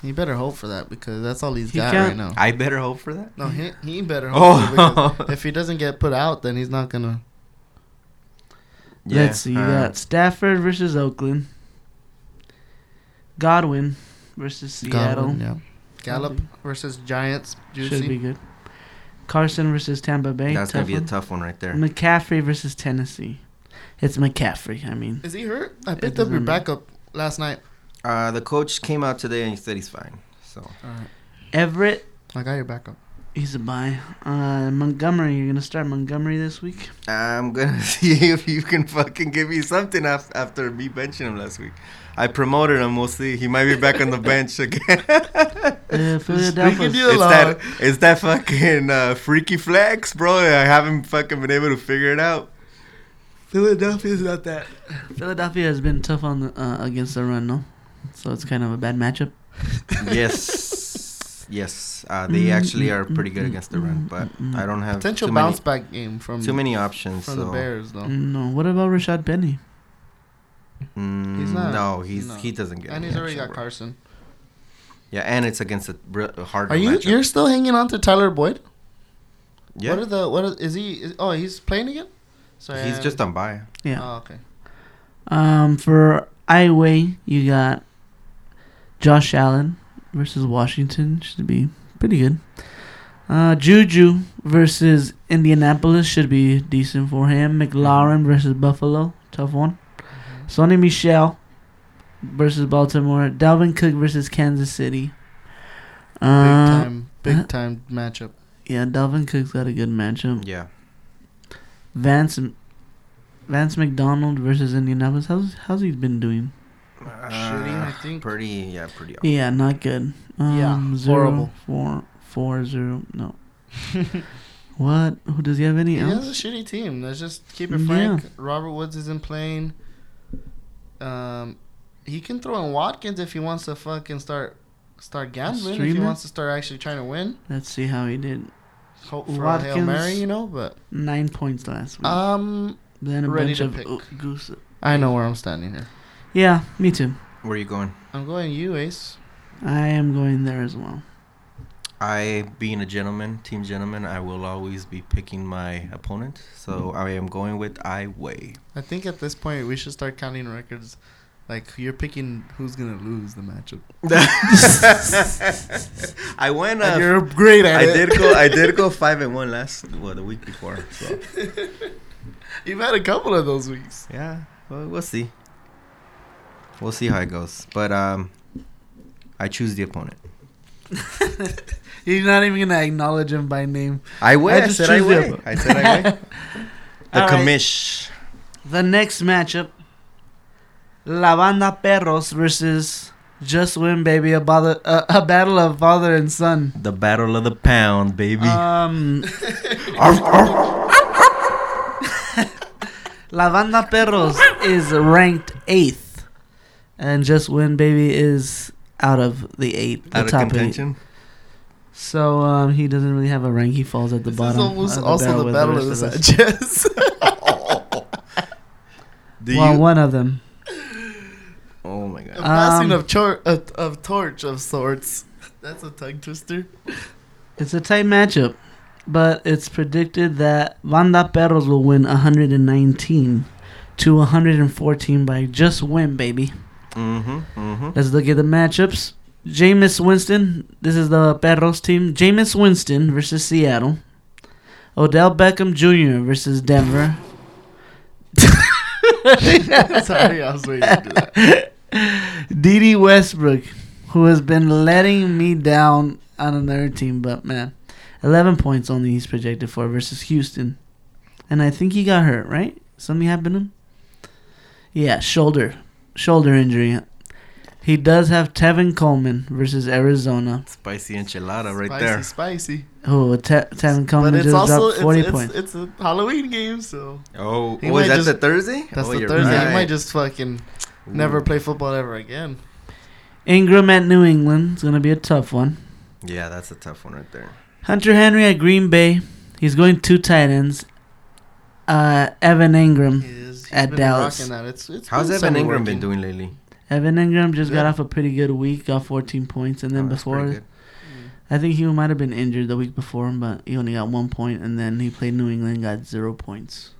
Speaker 4: He better hope for that because that's all he's
Speaker 3: He
Speaker 4: got
Speaker 3: can't-
Speaker 4: right now.
Speaker 5: I better hope for that.
Speaker 4: No, he, he better hope for
Speaker 5: Oh.
Speaker 4: it because if he doesn't get put out, then he's not gonna.
Speaker 3: Let's see. You
Speaker 5: uh,
Speaker 3: got Stafford versus Oakland. Godwin versus Seattle.
Speaker 4: Godwin, yeah. Gallup versus Giants.
Speaker 3: Should be
Speaker 4: Juicy.
Speaker 3: good. Carson versus Tampa Bay.
Speaker 5: That's
Speaker 3: tough
Speaker 5: gonna be a
Speaker 3: one.
Speaker 5: tough one right there.
Speaker 3: McCaffrey versus Tennessee. It's McCaffrey. I mean,
Speaker 4: Is he hurt? I
Speaker 3: It
Speaker 4: picked up your
Speaker 3: doesn't matter.
Speaker 4: backup last night.
Speaker 5: Uh, the coach came out today and he said he's fine. So
Speaker 3: Everett.
Speaker 4: I got your backup.
Speaker 3: He's a buy. Uh, Montgomery. You're gonna start Montgomery this week.
Speaker 5: I'm gonna see if you can fucking give me something af- after me benching him last week. I promoted him. We'll see. He might be back on the bench again.
Speaker 3: Uh, Philadelphia.
Speaker 4: Speaking
Speaker 5: It's
Speaker 4: Hello.
Speaker 5: that, it's that fucking uh, freaky flex, bro. I haven't fucking been able to figure it out.
Speaker 3: Philadelphia's not that. Philadelphia has been tough on the, uh, against the run, no. So it's kind of a bad matchup.
Speaker 5: yes, yes. Uh,
Speaker 4: Mm,
Speaker 5: they actually are pretty good against the run, but I don't have
Speaker 4: Potential
Speaker 5: too
Speaker 4: bounce
Speaker 5: many,
Speaker 4: back game from
Speaker 5: too many options.
Speaker 4: from
Speaker 5: so
Speaker 4: the Bears though.
Speaker 3: No. What about Rashad Penny?
Speaker 5: mm,
Speaker 4: He's not-
Speaker 5: no, he's
Speaker 4: no.
Speaker 5: he doesn't get.
Speaker 4: And
Speaker 5: any
Speaker 4: he's already
Speaker 5: action,
Speaker 4: got
Speaker 5: bro.
Speaker 4: Carson.
Speaker 5: Yeah, and it's against a, re- a harder
Speaker 4: Are you
Speaker 5: matchup.
Speaker 4: you're still hanging on to Tyler Boyd? What
Speaker 5: yeah,
Speaker 4: are the what are, is he? Is, oh, he's playing again. Sorry,
Speaker 5: he's
Speaker 4: I-
Speaker 5: just on buy.
Speaker 3: Yeah.
Speaker 4: Oh, okay.
Speaker 3: Um, for Iowa, you got Josh Allen versus Washington. Should be pretty good. Uh, Juju versus Indianapolis should be decent for him. McLaurin versus Buffalo, tough one.
Speaker 4: Mm-hmm.
Speaker 3: Sonny Michel versus Baltimore. Dalvin Cook versus Kansas City.
Speaker 4: Big
Speaker 3: Uh,
Speaker 4: time, big time matchup.
Speaker 3: yeah, Dalvin Cook's got a good
Speaker 4: Hmm.
Speaker 3: matchup.
Speaker 5: Yeah,
Speaker 3: Vance Vance McDonald versus Indianapolis. How's how's he been doing?
Speaker 4: Shitty, Uh, I think.
Speaker 5: pretty. Yeah, pretty. Awful.
Speaker 3: Yeah, not good. Um,
Speaker 4: Yeah,
Speaker 3: zero,
Speaker 4: horrible.
Speaker 3: Four, four, zero. No. what? Who does he have any
Speaker 4: He has a
Speaker 3: else?
Speaker 4: shitty team. Let's just keep it
Speaker 3: Yeah.
Speaker 4: frank. Robert Woods isn't playing. Um, he can throw in Watkins if he wants to fucking start start gambling. If he
Speaker 3: Streamer?
Speaker 4: wants to start actually trying to win,
Speaker 3: Let's see how he did.
Speaker 4: hope for a hail
Speaker 3: Watkins.
Speaker 4: mary, you know. But
Speaker 3: Nine points last week.
Speaker 4: um,
Speaker 3: then a
Speaker 4: ready
Speaker 3: bunch
Speaker 4: to
Speaker 3: of
Speaker 4: pick.
Speaker 3: o- goose.
Speaker 4: I know where I'm standing here.
Speaker 3: Yeah, me too.
Speaker 5: Where are you going?
Speaker 4: I'm going you, Ace.
Speaker 3: I am going there as well.
Speaker 5: I, being a gentleman, team gentleman, I will always be picking my opponent.
Speaker 4: Hmm.
Speaker 5: So I am going with I Way.
Speaker 4: I think at this point we should start counting records. Like you're picking who's gonna lose the matchup.
Speaker 5: I went.
Speaker 4: And
Speaker 5: Uh,
Speaker 4: you're great at
Speaker 5: I
Speaker 4: it.
Speaker 5: did go. I did go five and one last well the week before. So
Speaker 4: You've had a couple of those weeks.
Speaker 5: yeah, well, we'll see. We'll see how it goes. But um, I choose the opponent.
Speaker 3: You're not even gonna acknowledge him by name.
Speaker 5: I Way.
Speaker 3: I
Speaker 5: I,
Speaker 3: just
Speaker 5: said I
Speaker 3: choose the
Speaker 5: Way.
Speaker 3: oppo-
Speaker 5: I said I Way. The
Speaker 3: All right.
Speaker 5: commish.
Speaker 3: The next matchup, La Banda Perros versus Just Win Baby, a, bother, uh, a battle of father and son.
Speaker 5: The battle of the pound, baby.
Speaker 4: Uh,
Speaker 3: Um, La Banda Perros is ranked eighth, and Just Win Baby is out of the eight, the
Speaker 5: Out of
Speaker 3: top eight.
Speaker 5: contention.
Speaker 3: So um, he doesn't really have a rank. He falls at the
Speaker 4: This
Speaker 3: bottom.
Speaker 4: is almost
Speaker 3: of
Speaker 4: also the
Speaker 3: with
Speaker 4: battle of the
Speaker 3: rest us.
Speaker 4: Sanchez.
Speaker 5: Do
Speaker 3: well,
Speaker 5: you?
Speaker 3: one of them.
Speaker 5: Oh my god.
Speaker 4: A passing
Speaker 3: Um,
Speaker 4: of, chor- of, of torch of sorts. That's a tongue twister.
Speaker 3: It's a tight matchup, but it's predicted that Banda Perros will win 119 to 114 by just win, baby.
Speaker 5: Mm-hmm. Mm-hmm.
Speaker 3: Let's look at the matchups. Jameis Winston, this is the Perros team. Jameis Winston versus Seattle. Odell Beckham Jr. versus Denver.
Speaker 4: Sorry, I was waiting to do that.
Speaker 3: Didi Westbrook, who has been letting me down on another team, but man, 11 points only he's projected for versus Houston. And I think he got hurt, right? Something happened to him? Yeah, shoulder. Shoulder injury. He does have Tevin Coleman versus Arizona.
Speaker 5: Spicy enchilada right
Speaker 4: spicy,
Speaker 5: there.
Speaker 4: spicy.
Speaker 3: Oh, Te- Tevin Coleman
Speaker 4: But it's
Speaker 3: just
Speaker 4: also
Speaker 3: dropped 40
Speaker 4: it's,
Speaker 3: points.
Speaker 4: it's, it's a Halloween game, so
Speaker 5: Oh,
Speaker 4: He
Speaker 5: oh is
Speaker 4: might
Speaker 5: that
Speaker 4: just-
Speaker 5: the Thursday?
Speaker 4: that's
Speaker 5: oh,
Speaker 4: the
Speaker 5: you're
Speaker 4: Thursday. You
Speaker 5: right.
Speaker 4: might just fucking never
Speaker 5: Ooh.
Speaker 4: play football ever again.
Speaker 3: Ingram at New England. It's going to be a tough one.
Speaker 5: Yeah, that's a tough one right there.
Speaker 3: Hunter Henry at Green Bay. He's going two tight ends. Uh, Evan Ingram.
Speaker 4: He is- he's
Speaker 3: Mm-hmm. At
Speaker 4: been
Speaker 3: Dallas.
Speaker 4: rocking that. It's- it's
Speaker 5: How's
Speaker 4: been
Speaker 5: Evan
Speaker 4: somewhat
Speaker 5: Ingram
Speaker 4: working.
Speaker 5: been doing lately?
Speaker 3: Evan Ingram just got
Speaker 4: Yeah.
Speaker 3: off a pretty good week, got 14 points, and then
Speaker 5: Oh, that's pretty
Speaker 3: before
Speaker 5: good.
Speaker 3: I think he might have been injured the week before, but he only got one point, and then he played New England, got zero points.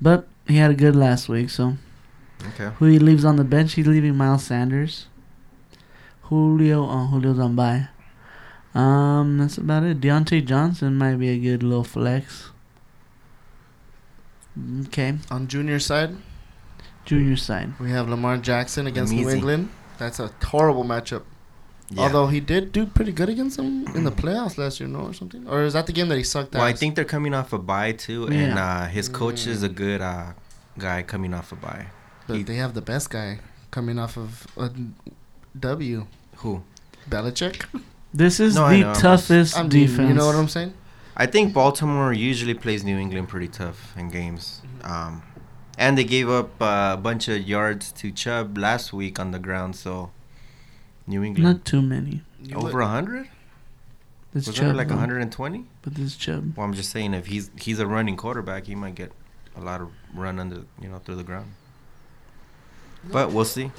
Speaker 3: But he had a good last week, so
Speaker 5: Okay.
Speaker 3: who he leaves on the bench? He's leaving Miles Sanders, Julio. Oh, Julio's on bye. Um, that's about it. Deontay Johnson might be a good little flex. Okay,
Speaker 4: On junior side,
Speaker 3: junior side.
Speaker 4: we have Lamar Jackson against New
Speaker 5: Amazing.
Speaker 4: England. That's a horrible matchup.
Speaker 5: Yeah.
Speaker 4: Although he did do pretty good against them in the playoffs last year, no, or something. Or is that the game that he sucked
Speaker 5: well, I
Speaker 4: ass?
Speaker 5: think they're coming off a bye too, and uh, his coach is a
Speaker 4: Mm.
Speaker 5: good uh, guy coming off a bye.
Speaker 4: But
Speaker 5: He-
Speaker 4: they have the best guy coming off of a W.
Speaker 5: Who?
Speaker 4: Belichick.
Speaker 3: This is
Speaker 5: No, I
Speaker 3: the
Speaker 5: know.
Speaker 3: toughest
Speaker 4: I mean,
Speaker 3: defense.
Speaker 4: You know what I'm saying?
Speaker 5: I think Baltimore usually plays New England pretty tough in games. Um, and they gave up uh, a bunch of yards to Chubb last week on the ground, so New England
Speaker 3: Not too many.
Speaker 5: over over 100?
Speaker 3: It's
Speaker 5: Was
Speaker 3: Chubb.
Speaker 5: it like
Speaker 3: though,
Speaker 5: 120?
Speaker 3: But this is Chubb.
Speaker 5: Well, I'm just saying if he's he's a running quarterback, he might get a lot of run under, you know, through the ground. But we'll see.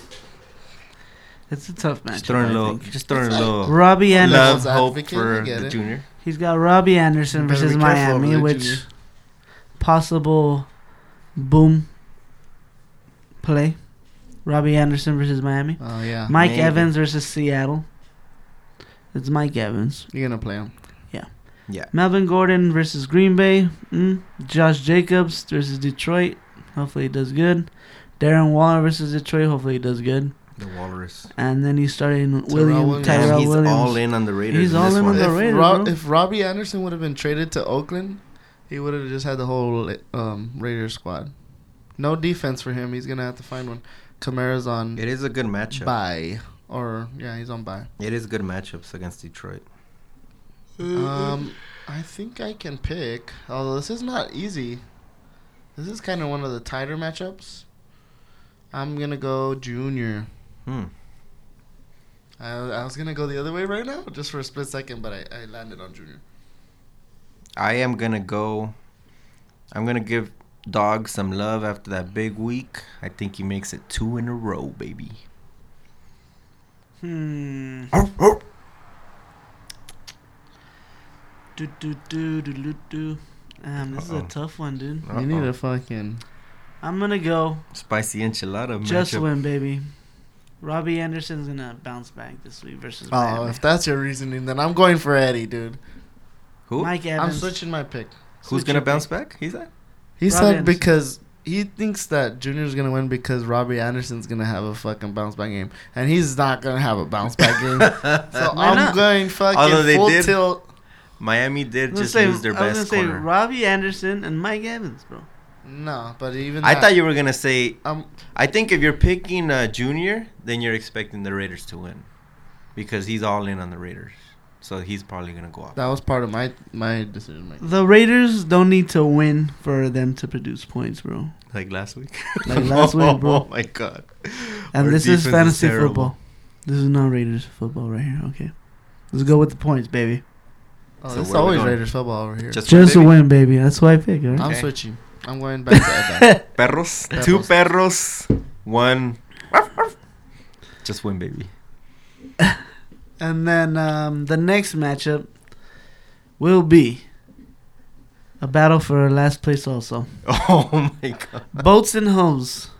Speaker 3: It's a tough match.
Speaker 5: Just throwing a little, just throwing a little
Speaker 3: Robbie Anderson.
Speaker 5: love,
Speaker 4: Devil's
Speaker 5: hope
Speaker 4: advocate, I
Speaker 5: for
Speaker 4: get
Speaker 5: the
Speaker 4: it.
Speaker 5: junior.
Speaker 3: He's got Robbie Anderson
Speaker 4: You better
Speaker 3: versus
Speaker 4: be careful over
Speaker 3: Miami,
Speaker 4: there,
Speaker 3: which
Speaker 4: Junior.
Speaker 3: possible boom play. Robbie Anderson versus Miami.
Speaker 4: Oh yeah,
Speaker 3: Mike
Speaker 5: Ah, maybe.
Speaker 3: Evans versus Seattle. It's Mike Evans.
Speaker 4: you're gonna play him.
Speaker 5: Yeah.
Speaker 3: Melvin Gordon versus Green Bay. Mm. Josh Jacobs versus Detroit. Hopefully he does good. Darren Waller versus Detroit. Hopefully he does good.
Speaker 5: The Walrus.
Speaker 3: And then he's starting
Speaker 4: Terrell
Speaker 3: William
Speaker 4: Williams.
Speaker 5: Damn,
Speaker 3: Tyrell
Speaker 5: he's
Speaker 3: Williams.
Speaker 5: all in on the Raiders.
Speaker 3: He's
Speaker 5: in
Speaker 3: all
Speaker 5: this
Speaker 3: in on
Speaker 5: one.
Speaker 3: the
Speaker 4: If,
Speaker 3: Raiders,
Speaker 4: Rob,
Speaker 3: bro.
Speaker 4: if Robbie Anderson would have been traded to Oakland, he would have just had the whole um, Raiders squad. No defense for him. He's gonna have to find one. Kamara's on
Speaker 5: It is a good matchup.
Speaker 4: bye, or yeah, he's on bye.
Speaker 5: It is good matchups against Detroit.
Speaker 4: Um, I think I can pick. Although this is not easy. This is kind of one of the tighter matchups. I'm gonna go junior.
Speaker 5: Hmm.
Speaker 4: I, I was gonna go the other way right now, just for a split second, but I, I landed on junior.
Speaker 5: I am gonna go. I'm gonna give Dog some love after that big week. I think he makes it two in a row, baby.
Speaker 3: Hmm. Do do do do do do. Damn, this is
Speaker 5: Uh-oh.
Speaker 3: a tough one, dude.
Speaker 5: Uh-oh.
Speaker 4: You need a fucking.
Speaker 3: I'm gonna go.
Speaker 5: spicy enchilada.
Speaker 3: Just
Speaker 5: matchup.
Speaker 3: win, baby. Robbie Anderson's gonna bounce back this week versus
Speaker 4: Oh,
Speaker 3: Miami.
Speaker 4: if that's your reasoning, then I'm going for Eddie, dude.
Speaker 5: Who?
Speaker 3: Mike
Speaker 4: I'm
Speaker 3: Evans.
Speaker 4: switching my pick.
Speaker 5: Who's
Speaker 3: switch
Speaker 5: gonna
Speaker 3: your
Speaker 5: bounce back? He's at.
Speaker 4: He
Speaker 3: Robbie
Speaker 4: said
Speaker 3: Anderson.
Speaker 4: because he thinks that Junior's gonna win because Robbie Anderson's gonna have a fucking bounce back game, and he's not gonna have a bounce back game. so
Speaker 3: Why
Speaker 4: I'm
Speaker 3: not?
Speaker 4: going fucking
Speaker 5: Although they
Speaker 4: full
Speaker 5: did-
Speaker 4: tilt.
Speaker 5: Miami did
Speaker 3: Let's
Speaker 5: just
Speaker 3: say-
Speaker 5: lose their
Speaker 3: I was
Speaker 5: best
Speaker 3: gonna
Speaker 5: corner.
Speaker 3: say Robbie Anderson and Mike Evans, bro.
Speaker 4: No, but even
Speaker 5: I
Speaker 4: that,
Speaker 5: thought you were gonna say.
Speaker 4: Um,
Speaker 5: I think if you're picking uh, Junior, then you're expecting the Raiders to win, because he's all in on the Raiders. So he's probably gonna go off.
Speaker 4: that was part of my my decision making.
Speaker 3: The Raiders don't need to win for them to produce points, bro.
Speaker 5: Like last week.
Speaker 3: Like last week, bro.
Speaker 5: Oh my god.
Speaker 3: And
Speaker 5: Our
Speaker 3: this
Speaker 5: defense
Speaker 3: is fantasy
Speaker 5: terrible.
Speaker 3: football. This is not Raiders football right here. Okay, let's go with the points, baby.
Speaker 4: Oh,
Speaker 5: So
Speaker 4: it's
Speaker 5: where are we
Speaker 4: always
Speaker 5: going?
Speaker 4: Raiders football over here.
Speaker 5: Just,
Speaker 3: Just a
Speaker 5: win.
Speaker 3: win, baby. That's why I pick. All right?
Speaker 4: I'm
Speaker 5: Okay.
Speaker 4: switching. I'm going back to Ed.
Speaker 5: Perros.
Speaker 4: Perros.
Speaker 5: Two perros. One. Just win, baby.
Speaker 3: And then um, the next matchup will be a battle for last place, also.
Speaker 5: Oh my god.
Speaker 3: Boats and Homes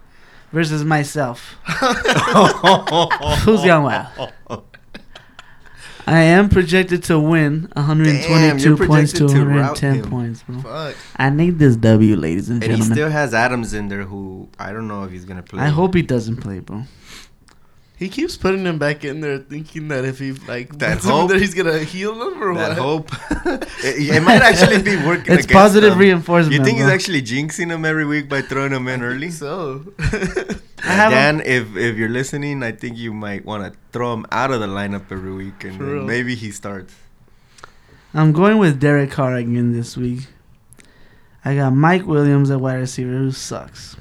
Speaker 3: versus myself.
Speaker 5: Oh,
Speaker 3: Who's going wild? I am projected to win
Speaker 5: Damn, you're
Speaker 3: 122 points
Speaker 5: projected
Speaker 3: to
Speaker 5: to rout
Speaker 3: 110
Speaker 5: him.
Speaker 3: points, bro.
Speaker 4: Fuck.
Speaker 3: I need this W, ladies and,
Speaker 5: And he
Speaker 3: gentlemen.
Speaker 5: still has Adams in there, who I don't know if he's gonna play.
Speaker 3: I hope he doesn't play, bro.
Speaker 4: He keeps putting him back in there, thinking that if he like
Speaker 5: That
Speaker 4: puts him in
Speaker 5: hope-
Speaker 4: there, he's gonna heal him or
Speaker 5: that
Speaker 4: what?
Speaker 5: hope. it, it might actually be working.
Speaker 3: It's
Speaker 5: against
Speaker 3: positive
Speaker 5: him.
Speaker 3: reinforcement.
Speaker 5: You think he's
Speaker 3: bro.
Speaker 5: actually jinxing him every week by throwing him in early?
Speaker 4: So
Speaker 3: I have him-
Speaker 5: Dan, if if you're listening, I think you might want to throw him out of the lineup every week, and
Speaker 4: For
Speaker 5: then
Speaker 4: real.
Speaker 5: maybe he starts.
Speaker 3: I'm going with Derek Carr again this week. I got Mike Williams at wide receiver who sucks.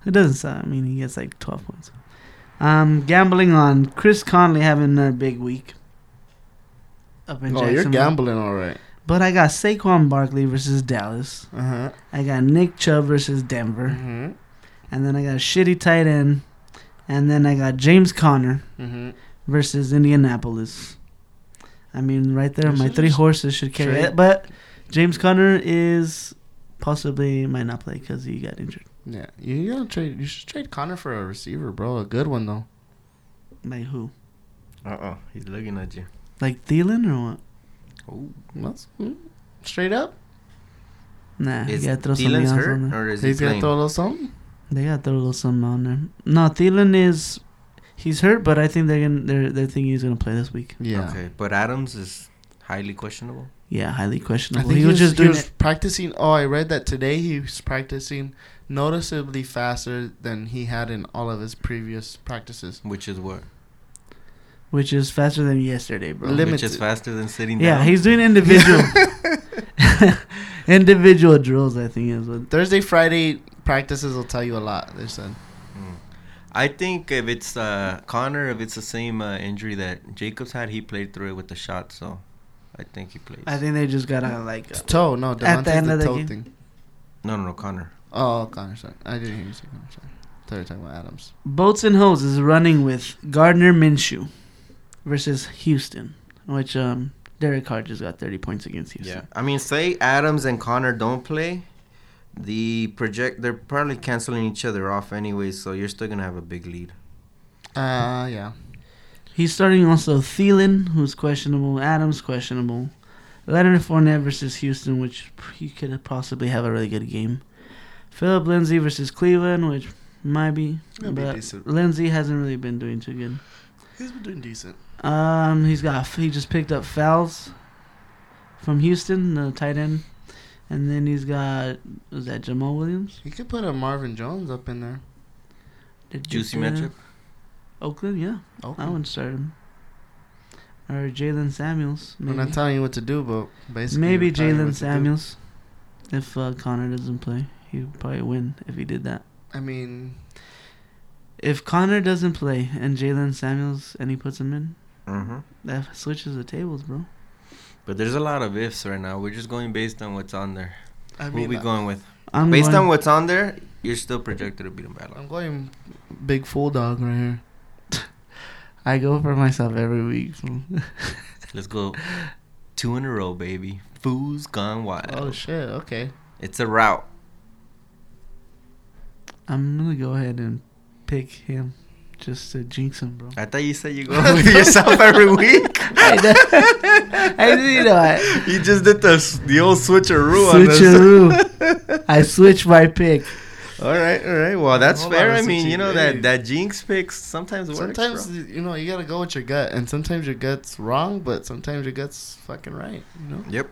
Speaker 3: Who doesn't suck? I mean, he gets like 12 points. I'm gambling on Chris Conley having another big week. Up in
Speaker 4: oh, you're
Speaker 3: Jacksonville.
Speaker 4: gambling, all right.
Speaker 3: But I got Saquon Barkley versus Dallas.
Speaker 4: Uh huh.
Speaker 3: I got Nick Chubb versus Denver.
Speaker 5: Mm-hmm.
Speaker 4: Mhm.
Speaker 3: And then I got a shitty tight end. And then I got James Conner
Speaker 5: Mm-hmm.
Speaker 4: Mhm.
Speaker 3: versus Indianapolis. I mean, right there,
Speaker 4: You
Speaker 3: my
Speaker 4: should
Speaker 3: three
Speaker 4: just
Speaker 3: horses should carry
Speaker 4: trade.
Speaker 3: it. But James Conner is possibly might not play because he got injured.
Speaker 4: Yeah, you gotta trade. You should trade Connor for a receiver, bro. A good one though.
Speaker 3: Like who?
Speaker 5: Uh oh, he's looking at you.
Speaker 3: Like Thielen or what?
Speaker 4: That's mm, straight up.
Speaker 3: Nah, you
Speaker 5: Is
Speaker 3: gotta throw something
Speaker 5: Thielen's
Speaker 3: else on
Speaker 5: hurt,
Speaker 3: there.
Speaker 5: or is he
Speaker 4: He's gonna
Speaker 5: playing?
Speaker 4: throw a little something.
Speaker 3: They gotta throw a little something on there. No, Thielen is he's hurt, but I think they're gonna they're they're thinking he's gonna play this week.
Speaker 4: Yeah.
Speaker 5: Okay, but Adams is highly questionable.
Speaker 3: Yeah, highly
Speaker 4: I
Speaker 3: questionable.
Speaker 4: think
Speaker 3: he was just
Speaker 4: he
Speaker 3: doing
Speaker 4: was
Speaker 3: it.
Speaker 4: practicing. Oh, I read that today. He was practicing noticeably faster than he had in all of his previous practices.
Speaker 5: Which is what?
Speaker 3: which is faster than yesterday, bro.
Speaker 4: Lim-
Speaker 5: Which is
Speaker 4: Limited.
Speaker 5: faster than sitting down.
Speaker 3: yeah, he's doing individual individual drills. I think is what
Speaker 4: Thursday, Friday practices will tell you a lot. They said.
Speaker 5: I think if it's uh, Connor, if it's the same uh, injury that Jacobs had, he played through it with the shot, so I think he plays.
Speaker 3: I think they just gotta like. uh,
Speaker 4: It's toe. No, Devontae's
Speaker 3: end
Speaker 4: the,
Speaker 3: of the
Speaker 4: toe
Speaker 3: game.
Speaker 4: thing.
Speaker 5: no, no, no, Connor.
Speaker 4: Oh, Connor. Sorry, I didn't hear you say Connor. Sorry. Thought you were talking about Adams.
Speaker 3: Boats and Hoes is running with Gardner Minshew versus Houston, which um Derek Carr just got 30 points against Houston.
Speaker 5: I mean, say Adams and Connor don't play, the project they're probably canceling each other off anyway, so you're still gonna have a big lead.
Speaker 4: Uh, yeah.
Speaker 3: He's starting also Thielen, who's questionable, Adams questionable, Leonard Fournette versus Houston, which he could possibly have a really good game. Philip Lindsay versus Cleveland, which might be,
Speaker 4: It'll be
Speaker 3: but
Speaker 4: decent.
Speaker 3: Lindsay hasn't really been doing too good.
Speaker 4: He's been doing decent.
Speaker 3: Um, he's got he just picked up fouls from Houston, the tight end, and then he's got was that Jamal Williams?
Speaker 4: You could put a Marvin Jones up in there.
Speaker 3: Did you
Speaker 5: Juicy
Speaker 3: put him?
Speaker 5: matchup.
Speaker 3: Oakland, yeah,
Speaker 4: Oh,
Speaker 3: I would start him. Or Jalen Samuels,
Speaker 4: I'm
Speaker 3: maybe,
Speaker 4: not telling you what to do, but basically.
Speaker 3: maybe
Speaker 4: we're telling you what
Speaker 3: Jalen
Speaker 4: to do.
Speaker 3: Samuels. If uh, Connor doesn't play, he would probably win if he did that.
Speaker 4: I mean,
Speaker 3: If Connor doesn't play and Jalen Samuels and he puts him in,
Speaker 5: Mm-hmm.
Speaker 3: that switches the tables, bro.
Speaker 5: But there's a lot of ifs right now. We're just going based on what's on there.
Speaker 4: I
Speaker 5: Who
Speaker 4: mean, uh,
Speaker 5: we going with?
Speaker 3: I'm
Speaker 5: based
Speaker 3: going-
Speaker 5: on what's on there, you're still projected to beat him by a lot.
Speaker 4: I'm going big full dog right here.
Speaker 3: I go for myself every week.
Speaker 5: Let's go Two in a row, baby. Fools gone wild.
Speaker 4: Oh shit. Okay.
Speaker 5: It's a route.
Speaker 3: I'm gonna go ahead and pick him just to jinx him, bro.
Speaker 5: I thought you said you go with yourself every week.
Speaker 3: I know- I didn't you know I
Speaker 5: You just did the s- the old switcheroo.
Speaker 3: switcheroo. I switched my pick.
Speaker 5: all right, all right. Well, that's
Speaker 4: Hold on,
Speaker 5: fair. I
Speaker 4: Mr.
Speaker 5: mean,
Speaker 4: T,
Speaker 5: you know
Speaker 4: hey.
Speaker 5: that that jinx picks sometimes works.
Speaker 4: Sometimes
Speaker 5: bro.
Speaker 4: you know you gotta go with your gut, and sometimes your gut's wrong, but sometimes your gut's fucking right. You know.
Speaker 5: Yep.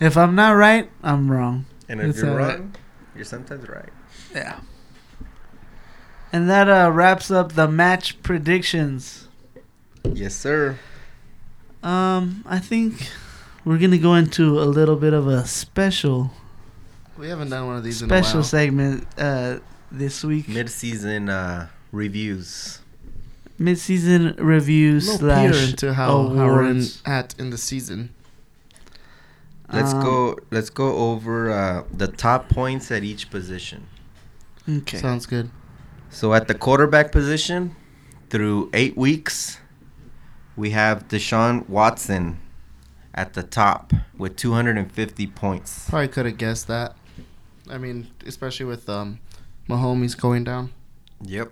Speaker 3: If I'm not right, I'm wrong.
Speaker 5: And if
Speaker 3: It's
Speaker 5: you're
Speaker 3: all right.
Speaker 5: wrong, you're sometimes right.
Speaker 3: Yeah. And that uh, wraps up the match predictions.
Speaker 5: Yes, sir.
Speaker 3: Um, I think we're gonna go into a little bit of a special
Speaker 4: We haven't done one of these in a
Speaker 3: special
Speaker 4: while.
Speaker 3: segment uh, this week.
Speaker 5: Mid-season uh, reviews.
Speaker 3: Mid-season review
Speaker 4: Little
Speaker 3: slash
Speaker 4: peer into how, how we're in,
Speaker 3: awards.
Speaker 4: at in the season.
Speaker 5: Let's
Speaker 3: Um,
Speaker 5: go. Let's go over uh, the top points at each position.
Speaker 3: Okay.
Speaker 4: Sounds good.
Speaker 5: So at the quarterback position, through eight weeks, we have Deshaun Watson at the top with 250 points.
Speaker 4: Probably could have guessed that. I mean, especially with um, Mahomes going down.
Speaker 5: Yep.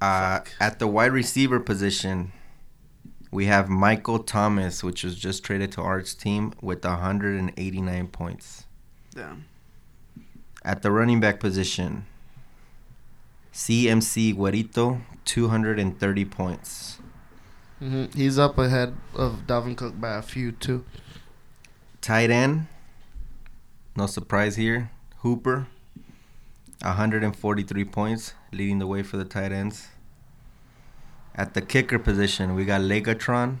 Speaker 5: Uh, at the wide receiver position, we have Michael Thomas, which was just traded to Art's team with 189 points.
Speaker 3: Damn.
Speaker 5: At the running back position, CMC Guerrito, 230 points.
Speaker 4: hmm He's up ahead of Dalvin Cook by a few too.
Speaker 5: Tight end, no surprise here, Hooper, 143 points, leading the way for the tight ends. At the kicker position, we got Legatron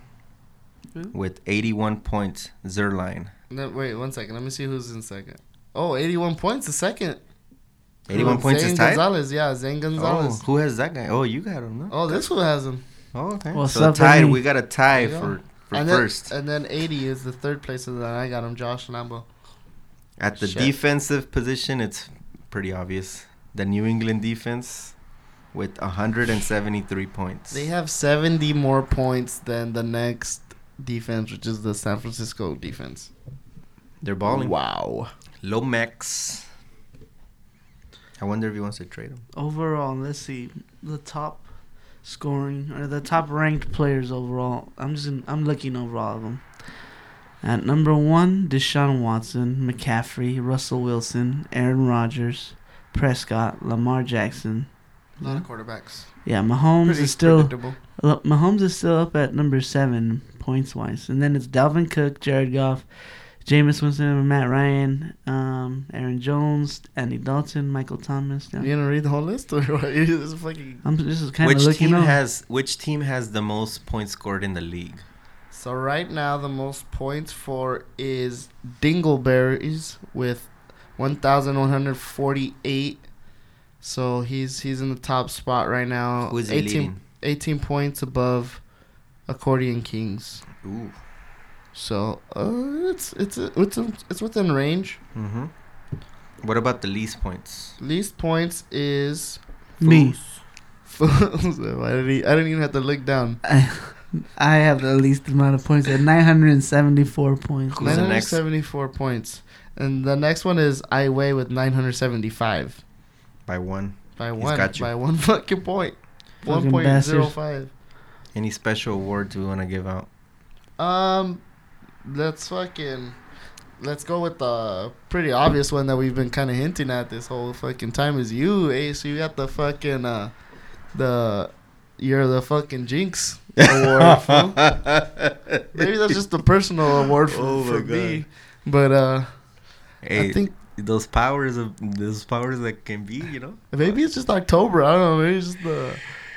Speaker 3: Who?
Speaker 5: with 81 points, Zerline.
Speaker 4: No, wait one second. Let me see who's in second. Oh, 81 points. The second.
Speaker 5: 81 points
Speaker 4: Zane
Speaker 5: is tied?
Speaker 4: Gonzalez. Yeah, Zane
Speaker 5: Oh,
Speaker 4: Gonzalez.
Speaker 5: who has that guy? Oh, you got him, no?
Speaker 4: Oh, this one has him.
Speaker 5: Oh, okay.
Speaker 3: What's
Speaker 5: so
Speaker 3: up,
Speaker 5: tied,
Speaker 3: Vinny?
Speaker 5: we got a tie
Speaker 4: There you
Speaker 5: for, for
Speaker 4: and
Speaker 5: first.
Speaker 4: Then, uh, and then 80 is the third place, and then I got him, Josh Lambo.
Speaker 5: At the
Speaker 4: Shit.
Speaker 5: defensive position, it's pretty obvious. The New England defense with 173 points.
Speaker 4: They have 70 more points than the next defense, which is the San Francisco defense.
Speaker 5: They're balling.
Speaker 4: Wow.
Speaker 5: Lomax. I wonder if he wants to trade him.
Speaker 3: Overall, let's see the top scoring or the top ranked players overall. I'm just gonna, I'm looking over all of them. At number one, Deshaun Watson, McCaffrey, Russell Wilson, Aaron Rodgers, Prescott, Lamar Jackson.
Speaker 4: A lot of quarterbacks.
Speaker 3: Yeah, Mahomes
Speaker 4: Pretty
Speaker 3: is still
Speaker 4: predictable.
Speaker 3: Look, Mahomes is still up at number seven points wise, and then it's Dalvin Cook, Jared Goff, Jameis Winston, Matt Ryan, um, Aaron Jones, Andy Dalton, Michael Thomas. Yeah.
Speaker 4: You gonna read the whole list or what? You just fucking
Speaker 3: I'm just kind of
Speaker 5: which
Speaker 3: looking
Speaker 5: team
Speaker 3: up.
Speaker 5: has which team has the most points scored in the league?
Speaker 4: So right now the most points for is Dingleberries with 1148. So he's he's in the top spot right now.
Speaker 5: Who is he
Speaker 4: 18, 18 points above Accordion Kings.
Speaker 5: Ooh.
Speaker 4: So uh, it's it's it's it's within range.
Speaker 5: Mm-hmm. What about the least points?
Speaker 4: Least points is
Speaker 3: Me,
Speaker 4: I didn't e- I didn't even have to look down.
Speaker 3: I, I have the least amount of points at 974 points.
Speaker 5: Who's the next?
Speaker 4: 974 points. And the next one is I Wei with 975.
Speaker 5: By one.
Speaker 4: By
Speaker 5: He's
Speaker 4: one.
Speaker 5: got you.
Speaker 4: By one fucking point.
Speaker 3: Fucking
Speaker 4: 1.05.
Speaker 5: Any special awards we want to give out?
Speaker 4: Um, let's fucking. Let's go with the pretty obvious one that we've been kind of hinting at this whole fucking time is you, Ace. You got the fucking, uh, the. You're the fucking Jinx award. fool. Maybe that's just a personal award for,
Speaker 5: Oh my
Speaker 4: for me. But, uh,
Speaker 5: Hey,
Speaker 4: I think
Speaker 5: those powers of those powers that can be, you know.
Speaker 4: Maybe it's just October. I don't know. Maybe it's just the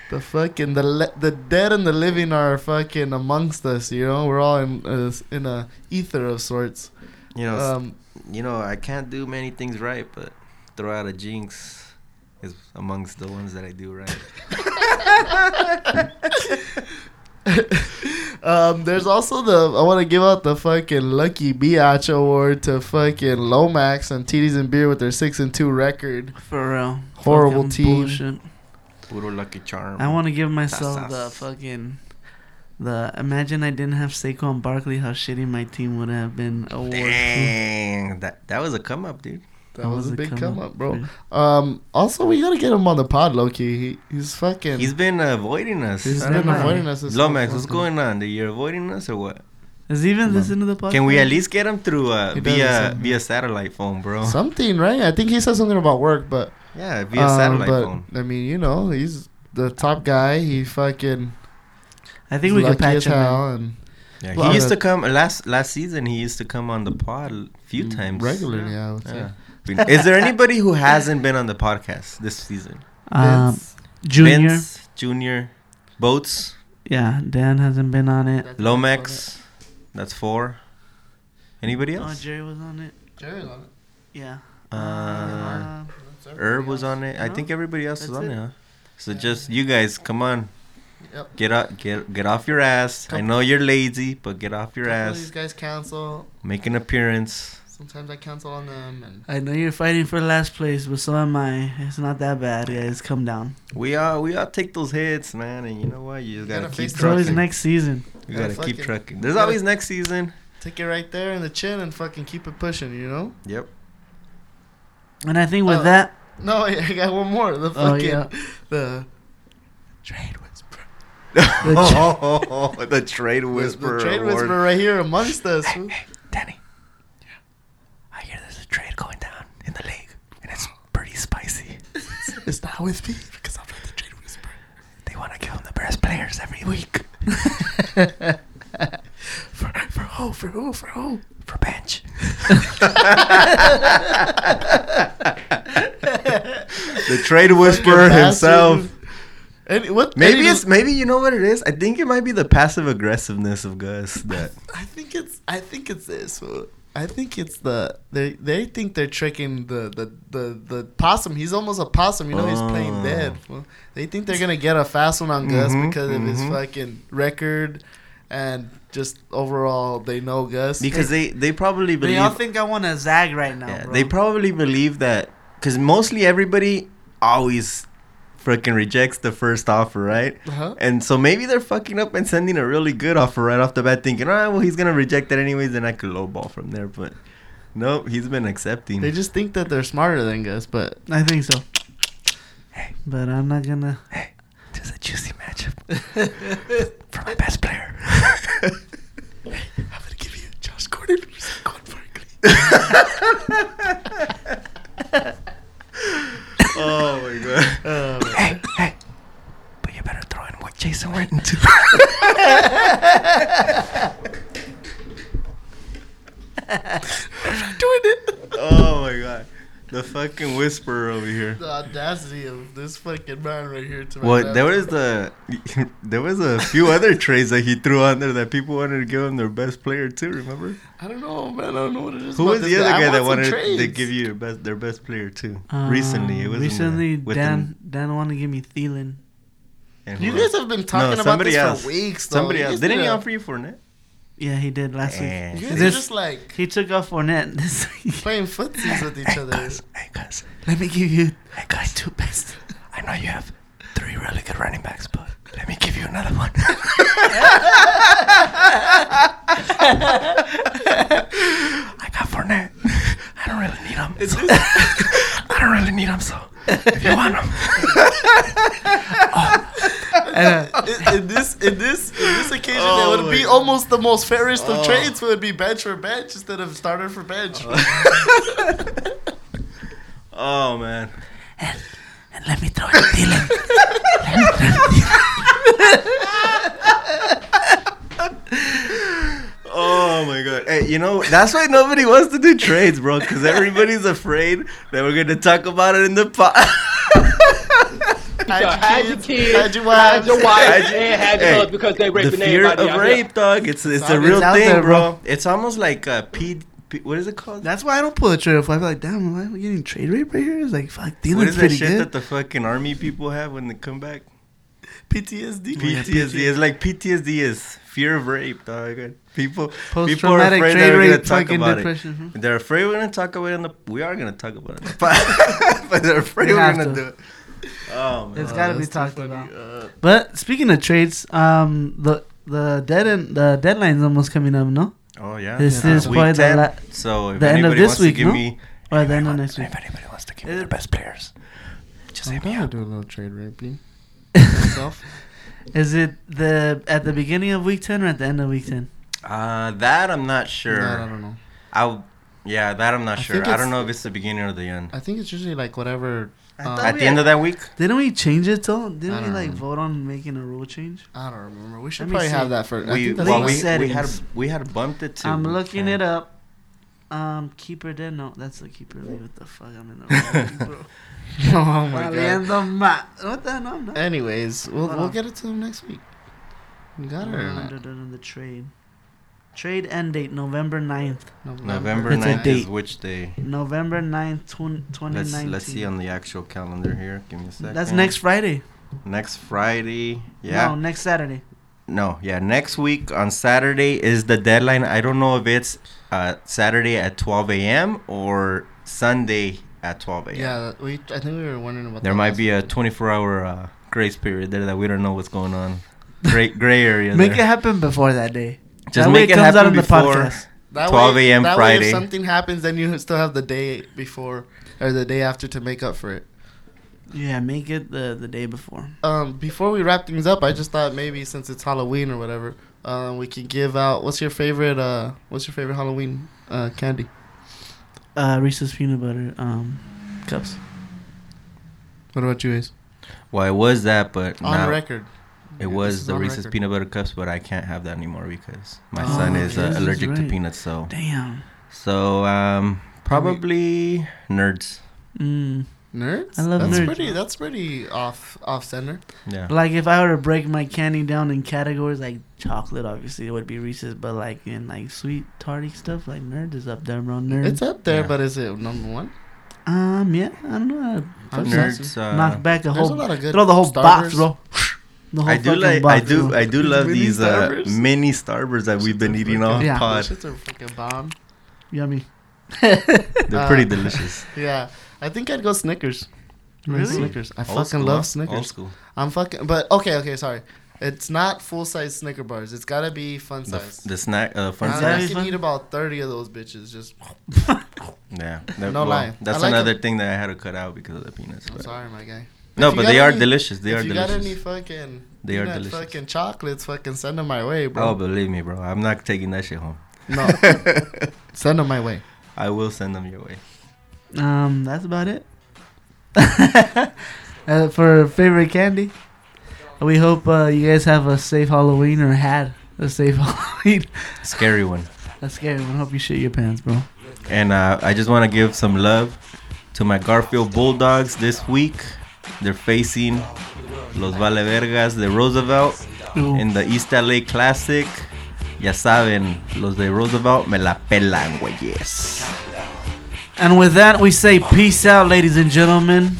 Speaker 4: the fucking the le- the dead and the living are fucking amongst us. You know, we're all in uh, in a ether of sorts.
Speaker 5: You know, s-
Speaker 4: Um,
Speaker 5: you know, I can't do many things right, but throw out a jinx is amongst the ones that I do right.
Speaker 4: um, there's also the I want to give out the fucking lucky biatch award to fucking Lomax and TDs and Beer with their six and two record.
Speaker 3: For real.
Speaker 4: Horrible
Speaker 3: Fucking
Speaker 4: team.
Speaker 3: bullshit.
Speaker 5: Puro lucky charm.
Speaker 3: I want to give myself
Speaker 5: Sas,
Speaker 3: the
Speaker 5: sas.
Speaker 3: fucking The imagine I didn't have Saquon Barkley, how shitty my team would have been. Award too.
Speaker 5: Dang, that that was a come up, dude.
Speaker 4: That was, a big come up, bro.
Speaker 3: yeah.
Speaker 4: Um, also, we gotta get him on the pod, Loki. He, he's fucking.
Speaker 5: He's been avoiding us.
Speaker 4: he's
Speaker 5: I don't
Speaker 4: been
Speaker 5: know.
Speaker 4: avoiding us. this whole
Speaker 5: Lomax, what's
Speaker 4: fucking-
Speaker 5: going on? Are you avoiding us or what?
Speaker 3: Does he even listen to the podcast?
Speaker 5: Can we at least get him through uh,
Speaker 4: He does
Speaker 5: via
Speaker 4: listen.
Speaker 5: via satellite phone, bro?
Speaker 4: Something, right? I think he said something about work, but
Speaker 5: Yeah, Oh. via
Speaker 4: um,
Speaker 5: satellite
Speaker 4: but,
Speaker 5: phone.
Speaker 4: I mean, you know, he's the top guy. He fucking.
Speaker 3: I think we
Speaker 4: lucky
Speaker 3: could patch
Speaker 4: as
Speaker 3: him. in.
Speaker 4: hell and
Speaker 5: Yeah,
Speaker 4: Well,
Speaker 5: he used
Speaker 4: the-
Speaker 5: to come last last season. He used to come on the pod a few times
Speaker 4: Mm, regularly. I would say.
Speaker 5: Yeah. Is there anybody who hasn't been on the podcast this season?
Speaker 3: Um,
Speaker 4: Vince,
Speaker 3: Junior,
Speaker 5: Vince, Junior, Boats,
Speaker 3: yeah, Dan hasn't been on it.
Speaker 4: that's-
Speaker 5: Lomax. That's four. Anybody
Speaker 3: Oh,
Speaker 5: else?
Speaker 3: Jerry was on it.
Speaker 4: Jerry's on it.
Speaker 3: Yeah.
Speaker 5: Uh,
Speaker 3: Uh,
Speaker 4: That's
Speaker 5: Herb
Speaker 4: everybody
Speaker 5: was
Speaker 4: else.
Speaker 5: on it. I
Speaker 3: No,
Speaker 5: think everybody else is
Speaker 3: that's
Speaker 5: on
Speaker 3: it.
Speaker 5: it. huh? So just you guys, come on,
Speaker 4: Yep.
Speaker 5: get out, get get off your ass. I
Speaker 4: Couple-
Speaker 5: know you're lazy, but get off your
Speaker 4: Couple of These
Speaker 5: ass.
Speaker 4: guys cancel.
Speaker 5: Make an appearance.
Speaker 4: Sometimes I cancel on them, and
Speaker 3: I know you're fighting for last place, but so am I. It's not that bad, guys. Come down.
Speaker 5: We all we all take those hits, man, and you know what? You just
Speaker 4: gotta
Speaker 5: gotta, keep
Speaker 4: face
Speaker 3: It's always
Speaker 5: trucking.
Speaker 3: next season.
Speaker 5: you
Speaker 4: Gotta
Speaker 5: gotta keep
Speaker 4: fucking-
Speaker 5: trucking. There's
Speaker 4: gotta-
Speaker 5: always next season.
Speaker 4: take it right there in the chin and fucking keep it pushing. You know.
Speaker 5: Yep.
Speaker 3: And I think with
Speaker 4: Oh.
Speaker 3: that,
Speaker 4: No, wait, I got one more. The
Speaker 3: Oh,
Speaker 4: fucking
Speaker 3: yeah.
Speaker 4: the trade whisperer.
Speaker 3: The
Speaker 5: oh, oh, oh, oh, the trade
Speaker 4: The-
Speaker 5: whisperer.
Speaker 4: the trade
Speaker 5: award.
Speaker 4: whisperer right here amongst us.
Speaker 7: Danny. I hear there's a trade going down in the league, and it's pretty spicy.
Speaker 4: it's not with me.
Speaker 7: Because I'm not the trade whisperer. They want to give him the best players every week. for, for who? For who? For who? For bench.
Speaker 5: The trade whisperer himself.
Speaker 4: And what?
Speaker 5: Maybe
Speaker 4: and
Speaker 5: it's maybe you know what it is. I think it might be the passive aggressiveness of Gus that
Speaker 4: I think it's. I think it's this. fool. I think it's the they. They think they're tricking the the the, the possum. He's almost a possum. You know, he's playing
Speaker 5: Oh.
Speaker 4: dead. fool. They think they're gonna get a fast one on Gus
Speaker 5: Mhm,
Speaker 4: because of his
Speaker 5: mhm.
Speaker 4: fucking record, and just overall they know Gus
Speaker 5: because they they probably
Speaker 3: they
Speaker 5: believe
Speaker 3: all think I want to zag right now,
Speaker 5: yeah,
Speaker 3: bro.
Speaker 5: they probably believe that because mostly everybody always freaking rejects the first offer, right?
Speaker 4: Uh-huh.
Speaker 5: And so maybe they're fucking up and sending a really good offer right off the bat, thinking, all right, well he's gonna reject that anyways, and I could lowball from there. But nope, he's been accepting.
Speaker 4: They just think that they're smarter than Gus, but
Speaker 3: I think so. But I'm not gonna.
Speaker 7: This is a juicy matchup for my best player. I'm going to give you Josh Gordon or Saquon Barkley.
Speaker 5: oh my god.
Speaker 7: Hey, hey. But you better throw in what Jason Witten too.
Speaker 5: Oh my god. The fucking whisperer over here.
Speaker 4: the audacity of this fucking man right here. To my
Speaker 5: Well,
Speaker 4: left.
Speaker 5: there was the there was a few other trades that he threw on there that people wanted to give him their best player too. Remember
Speaker 4: I don't know, man. I don't know what it is.
Speaker 5: who
Speaker 4: about
Speaker 5: was
Speaker 4: this
Speaker 5: the other
Speaker 4: I
Speaker 5: guy that
Speaker 4: want
Speaker 5: wanted
Speaker 4: some
Speaker 5: to
Speaker 4: trades.
Speaker 5: give you your best their best player too? recently, it
Speaker 3: Um,
Speaker 5: was
Speaker 3: recently Dan Dan wanted to give me Thielen.
Speaker 4: You guys have been talking about this
Speaker 5: else.
Speaker 4: for weeks. Though.
Speaker 5: Somebody
Speaker 4: You
Speaker 5: else
Speaker 4: guys
Speaker 5: didn't
Speaker 4: need
Speaker 5: he
Speaker 4: to-
Speaker 5: offer you Fournette?
Speaker 3: Yeah, he did last
Speaker 5: Eh.
Speaker 3: week.
Speaker 4: You guys are
Speaker 3: This-
Speaker 4: just like
Speaker 3: he took off Fournette this week.
Speaker 4: playing footsies with each
Speaker 7: Hey,
Speaker 4: other.
Speaker 7: guys, hey, guys.
Speaker 3: Let me give you
Speaker 7: Hey, guys. Two best. I know you have three really good running backs, but let me give you another one. I got Fournette. I don't really need him. so- I don't really need him, so if you want him.
Speaker 3: Uh,
Speaker 4: in, in this, in this, in this occasion, that
Speaker 5: Oh
Speaker 4: would
Speaker 5: my
Speaker 4: be
Speaker 5: God.
Speaker 4: almost the most fairest of
Speaker 5: Oh.
Speaker 4: trades. Would be bench for bench instead of starter for bench.
Speaker 5: Oh man,
Speaker 7: And let me throw in Dylan.
Speaker 5: oh my god! Hey, you know that's why nobody wants to do trades, bro, because everybody's afraid that we're gonna talk about it in the pot.
Speaker 4: Hide your kids, hide your
Speaker 8: hide your
Speaker 4: wives.
Speaker 8: wife,
Speaker 5: Hide your-
Speaker 8: and hide your
Speaker 5: Hey,
Speaker 8: husband because they
Speaker 5: the
Speaker 8: raping
Speaker 5: fear
Speaker 8: everybody.
Speaker 5: of
Speaker 8: out here.
Speaker 5: rape, dog. It's it's a
Speaker 4: It's
Speaker 5: real
Speaker 3: out
Speaker 5: thing,
Speaker 3: there,
Speaker 5: bro.
Speaker 3: bro.
Speaker 5: It's almost like uh, P, P. What is it called?
Speaker 3: That's why I don't pull a trade off. I be like, damn, am I getting trade rape right here? It's like, fuck,
Speaker 5: what
Speaker 3: Thielen's
Speaker 5: is that
Speaker 3: pretty
Speaker 5: shit
Speaker 3: good.
Speaker 5: that the fucking army people have when they come back?
Speaker 4: PTSD.
Speaker 5: PTSD. It's like PTSD is fear of rape, dog. People,
Speaker 3: Post
Speaker 5: people are
Speaker 3: traumatic
Speaker 5: afraid
Speaker 3: trade
Speaker 5: that we're gonna
Speaker 3: rape,
Speaker 5: talk
Speaker 3: fucking
Speaker 5: about
Speaker 3: depression.
Speaker 5: it. They're afraid we're gonna talk about it. In the, we are gonna talk about it, in the pod, but they're afraid
Speaker 3: We
Speaker 5: we are
Speaker 3: have to.
Speaker 5: gonna do it. Oh man. Uh,
Speaker 3: It's gotta be talked about. But speaking of trades, um, the the dead end, the deadline's almost coming up, no?
Speaker 5: Oh yeah.
Speaker 3: This
Speaker 5: Yeah.
Speaker 3: is
Speaker 5: Week
Speaker 3: probably the
Speaker 5: 10,
Speaker 3: la-
Speaker 5: so if
Speaker 3: the end of
Speaker 5: anybody
Speaker 3: this
Speaker 5: wants
Speaker 3: week,
Speaker 5: to give
Speaker 3: no?
Speaker 5: me
Speaker 3: Or the end of
Speaker 7: Anyone-
Speaker 3: next week.
Speaker 7: If anybody wants to give me their best players, just hit me
Speaker 4: I'll
Speaker 7: up.
Speaker 4: do a little trade raping. Myself.
Speaker 3: Is it the at the beginning of week ten or at the end of week ten?
Speaker 5: uh, that, I'm not sure.
Speaker 4: Nah, I don't know.
Speaker 5: I'll, yeah, that I'm not
Speaker 4: I
Speaker 5: sure.
Speaker 4: think
Speaker 5: I
Speaker 4: it's-
Speaker 5: don't know if it's the beginning or the end.
Speaker 4: I think it's usually like whatever. um,
Speaker 3: thought
Speaker 5: Uh, At the end of that week,
Speaker 3: Didn't we change it though? Didn't
Speaker 4: I
Speaker 3: we
Speaker 4: don't
Speaker 3: like
Speaker 4: know.
Speaker 3: vote on making a rule change?
Speaker 4: I don't remember. We
Speaker 3: Let
Speaker 4: should
Speaker 3: me
Speaker 4: probably
Speaker 3: see.
Speaker 4: have that for. I
Speaker 5: we
Speaker 4: think that's
Speaker 5: well,
Speaker 4: the
Speaker 5: we,
Speaker 4: last-
Speaker 5: we had
Speaker 3: settings.
Speaker 5: we had bumped it to.
Speaker 3: I'm
Speaker 5: week
Speaker 3: looking
Speaker 5: 10.
Speaker 3: it up. Um, keeper dead. No, that's the keeper league. What the fuck? I'm in the wrong league, bro.
Speaker 4: oh my god.
Speaker 3: Valiendo ma- What the? No, I'm not.
Speaker 4: Anyways, we'll
Speaker 3: Hold
Speaker 4: we'll
Speaker 3: on.
Speaker 4: get it to them next week. You got it or not?
Speaker 3: Under- under the trade. Trade end date November 9th.
Speaker 5: November
Speaker 3: It's a
Speaker 5: 9th is
Speaker 3: date.
Speaker 5: which day?
Speaker 3: November 9th, twen- 2019.
Speaker 5: Let's let's see on the actual calendar here. Give me a second.
Speaker 3: That's next Friday.
Speaker 5: Next Friday.
Speaker 3: No,
Speaker 5: Yeah.
Speaker 3: next Saturday.
Speaker 5: No. Yeah. Next week on Saturday is the deadline. I don't know if it's uh, Saturday at 12 a.m. or Sunday at 12 a.m.
Speaker 4: Yeah, we. I think we were wondering about.
Speaker 5: There
Speaker 4: that
Speaker 5: might
Speaker 4: last
Speaker 5: be a
Speaker 4: week.
Speaker 5: 24-hour uh, grace period there that we don't know what's going on. Gray gray area.
Speaker 3: Make it
Speaker 5: there.
Speaker 3: happen before that day.
Speaker 5: Just
Speaker 3: that way
Speaker 5: make
Speaker 3: it
Speaker 5: it
Speaker 3: comes out
Speaker 5: happen
Speaker 3: on the
Speaker 5: before-
Speaker 3: podcast.
Speaker 4: That
Speaker 5: 12
Speaker 4: way-
Speaker 5: a.m.
Speaker 4: that Way
Speaker 5: Friday.
Speaker 4: if something happens, then you still have the day before or the day after to make up for it.
Speaker 3: Yeah, make it the, the day before.
Speaker 4: Um, before we wrap things up, I just thought maybe since it's Halloween or whatever, um, we could give out. What's your favorite? Uh, what's your favorite Halloween uh, candy?
Speaker 3: Uh, Reese's peanut butter um, cups.
Speaker 4: What about you, Ace?
Speaker 5: Well, it was that, but
Speaker 4: On
Speaker 5: now
Speaker 4: record.
Speaker 5: it
Speaker 4: This
Speaker 5: was
Speaker 4: is
Speaker 5: the
Speaker 4: on
Speaker 5: Reese's
Speaker 4: record.
Speaker 5: peanut butter cups, but I can't have that anymore because my
Speaker 4: Oh,
Speaker 5: son is
Speaker 4: yeah,
Speaker 5: uh,
Speaker 4: this is
Speaker 5: allergic to
Speaker 3: right.
Speaker 5: peanuts. So,
Speaker 3: Damn.
Speaker 5: so um, probably nerds.
Speaker 3: Mm.
Speaker 4: Nerds.
Speaker 3: I love
Speaker 4: that's
Speaker 3: nerds.
Speaker 4: Pretty, that's pretty off off center.
Speaker 5: Yeah.
Speaker 3: Like if I were to break my candy down in categories, like chocolate, obviously it would be Reese's, but like in like sweet tarty stuff, like Nerd is up there, bro. Nerd.
Speaker 4: It's up there,
Speaker 5: Yeah.
Speaker 4: but is it number one?
Speaker 3: um, yeah, I don't know.
Speaker 4: I'm
Speaker 5: Nerds. Uh,
Speaker 3: knock back a
Speaker 4: There's
Speaker 3: whole
Speaker 4: a lot of good
Speaker 3: throw the whole box,
Speaker 4: starters.
Speaker 3: bro. The whole
Speaker 5: I do
Speaker 3: fucking
Speaker 5: like. I
Speaker 3: box,
Speaker 5: do.
Speaker 3: bro.
Speaker 5: I do
Speaker 4: These
Speaker 5: love
Speaker 4: mini
Speaker 5: these uh,
Speaker 4: Starbursts?
Speaker 5: mini starbursts that we've been eating off
Speaker 3: Yeah.
Speaker 5: pod.
Speaker 4: Those shits are freaking bomb.
Speaker 3: Yummy.
Speaker 5: They're pretty
Speaker 4: Uh,
Speaker 5: delicious.
Speaker 4: Yeah, I think I'd go Snickers.
Speaker 3: Really?
Speaker 4: Snickers. I
Speaker 5: Old
Speaker 4: fucking
Speaker 5: school, huh?
Speaker 4: love
Speaker 5: Old
Speaker 4: Snickers.
Speaker 5: school.
Speaker 4: I'm fucking. But okay, okay, sorry. It's not full size Snicker bars. It's gotta be fun
Speaker 5: The,
Speaker 4: size.
Speaker 5: the snack, uh, fun
Speaker 4: I,
Speaker 3: size?
Speaker 4: I
Speaker 5: size.
Speaker 4: can eat about thirty of those bitches. Just
Speaker 5: Yeah, that-
Speaker 4: No lie.
Speaker 5: That's
Speaker 4: I like
Speaker 5: another thing that I had to cut out because of the peanuts.
Speaker 4: I'm
Speaker 5: but-
Speaker 4: sorry, my guy.
Speaker 5: No,
Speaker 4: If you
Speaker 5: but
Speaker 4: got
Speaker 5: they are
Speaker 4: any-
Speaker 5: delicious. They
Speaker 4: if
Speaker 5: are
Speaker 4: you
Speaker 5: delicious.
Speaker 4: got any fucking
Speaker 5: They are
Speaker 4: peanut
Speaker 5: delicious.
Speaker 4: fucking chocolates, fucking send them my way,
Speaker 5: Oh,
Speaker 4: bro.
Speaker 5: believe me, bro. I'm not taking that shit home.
Speaker 4: No, send them my way.
Speaker 5: I will send them your way.
Speaker 3: Um, that's about it. uh, for favorite candy, we hope uh, you guys have a safe Halloween or had a safe Halloween.
Speaker 5: Scary one.
Speaker 3: That's scary. one. hope you shit your pants, bro.
Speaker 5: And uh, I just want to give some love to my Garfield Bulldogs this week. They're facing Los Vale Vergas de Roosevelt in the East LA Classic. Ya saben, los de Roosevelt me la pelan, güeyes.
Speaker 3: And with that, we say peace out, ladies and gentlemen.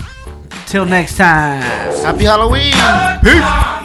Speaker 3: Till next time.
Speaker 4: Happy Halloween.
Speaker 5: Peace!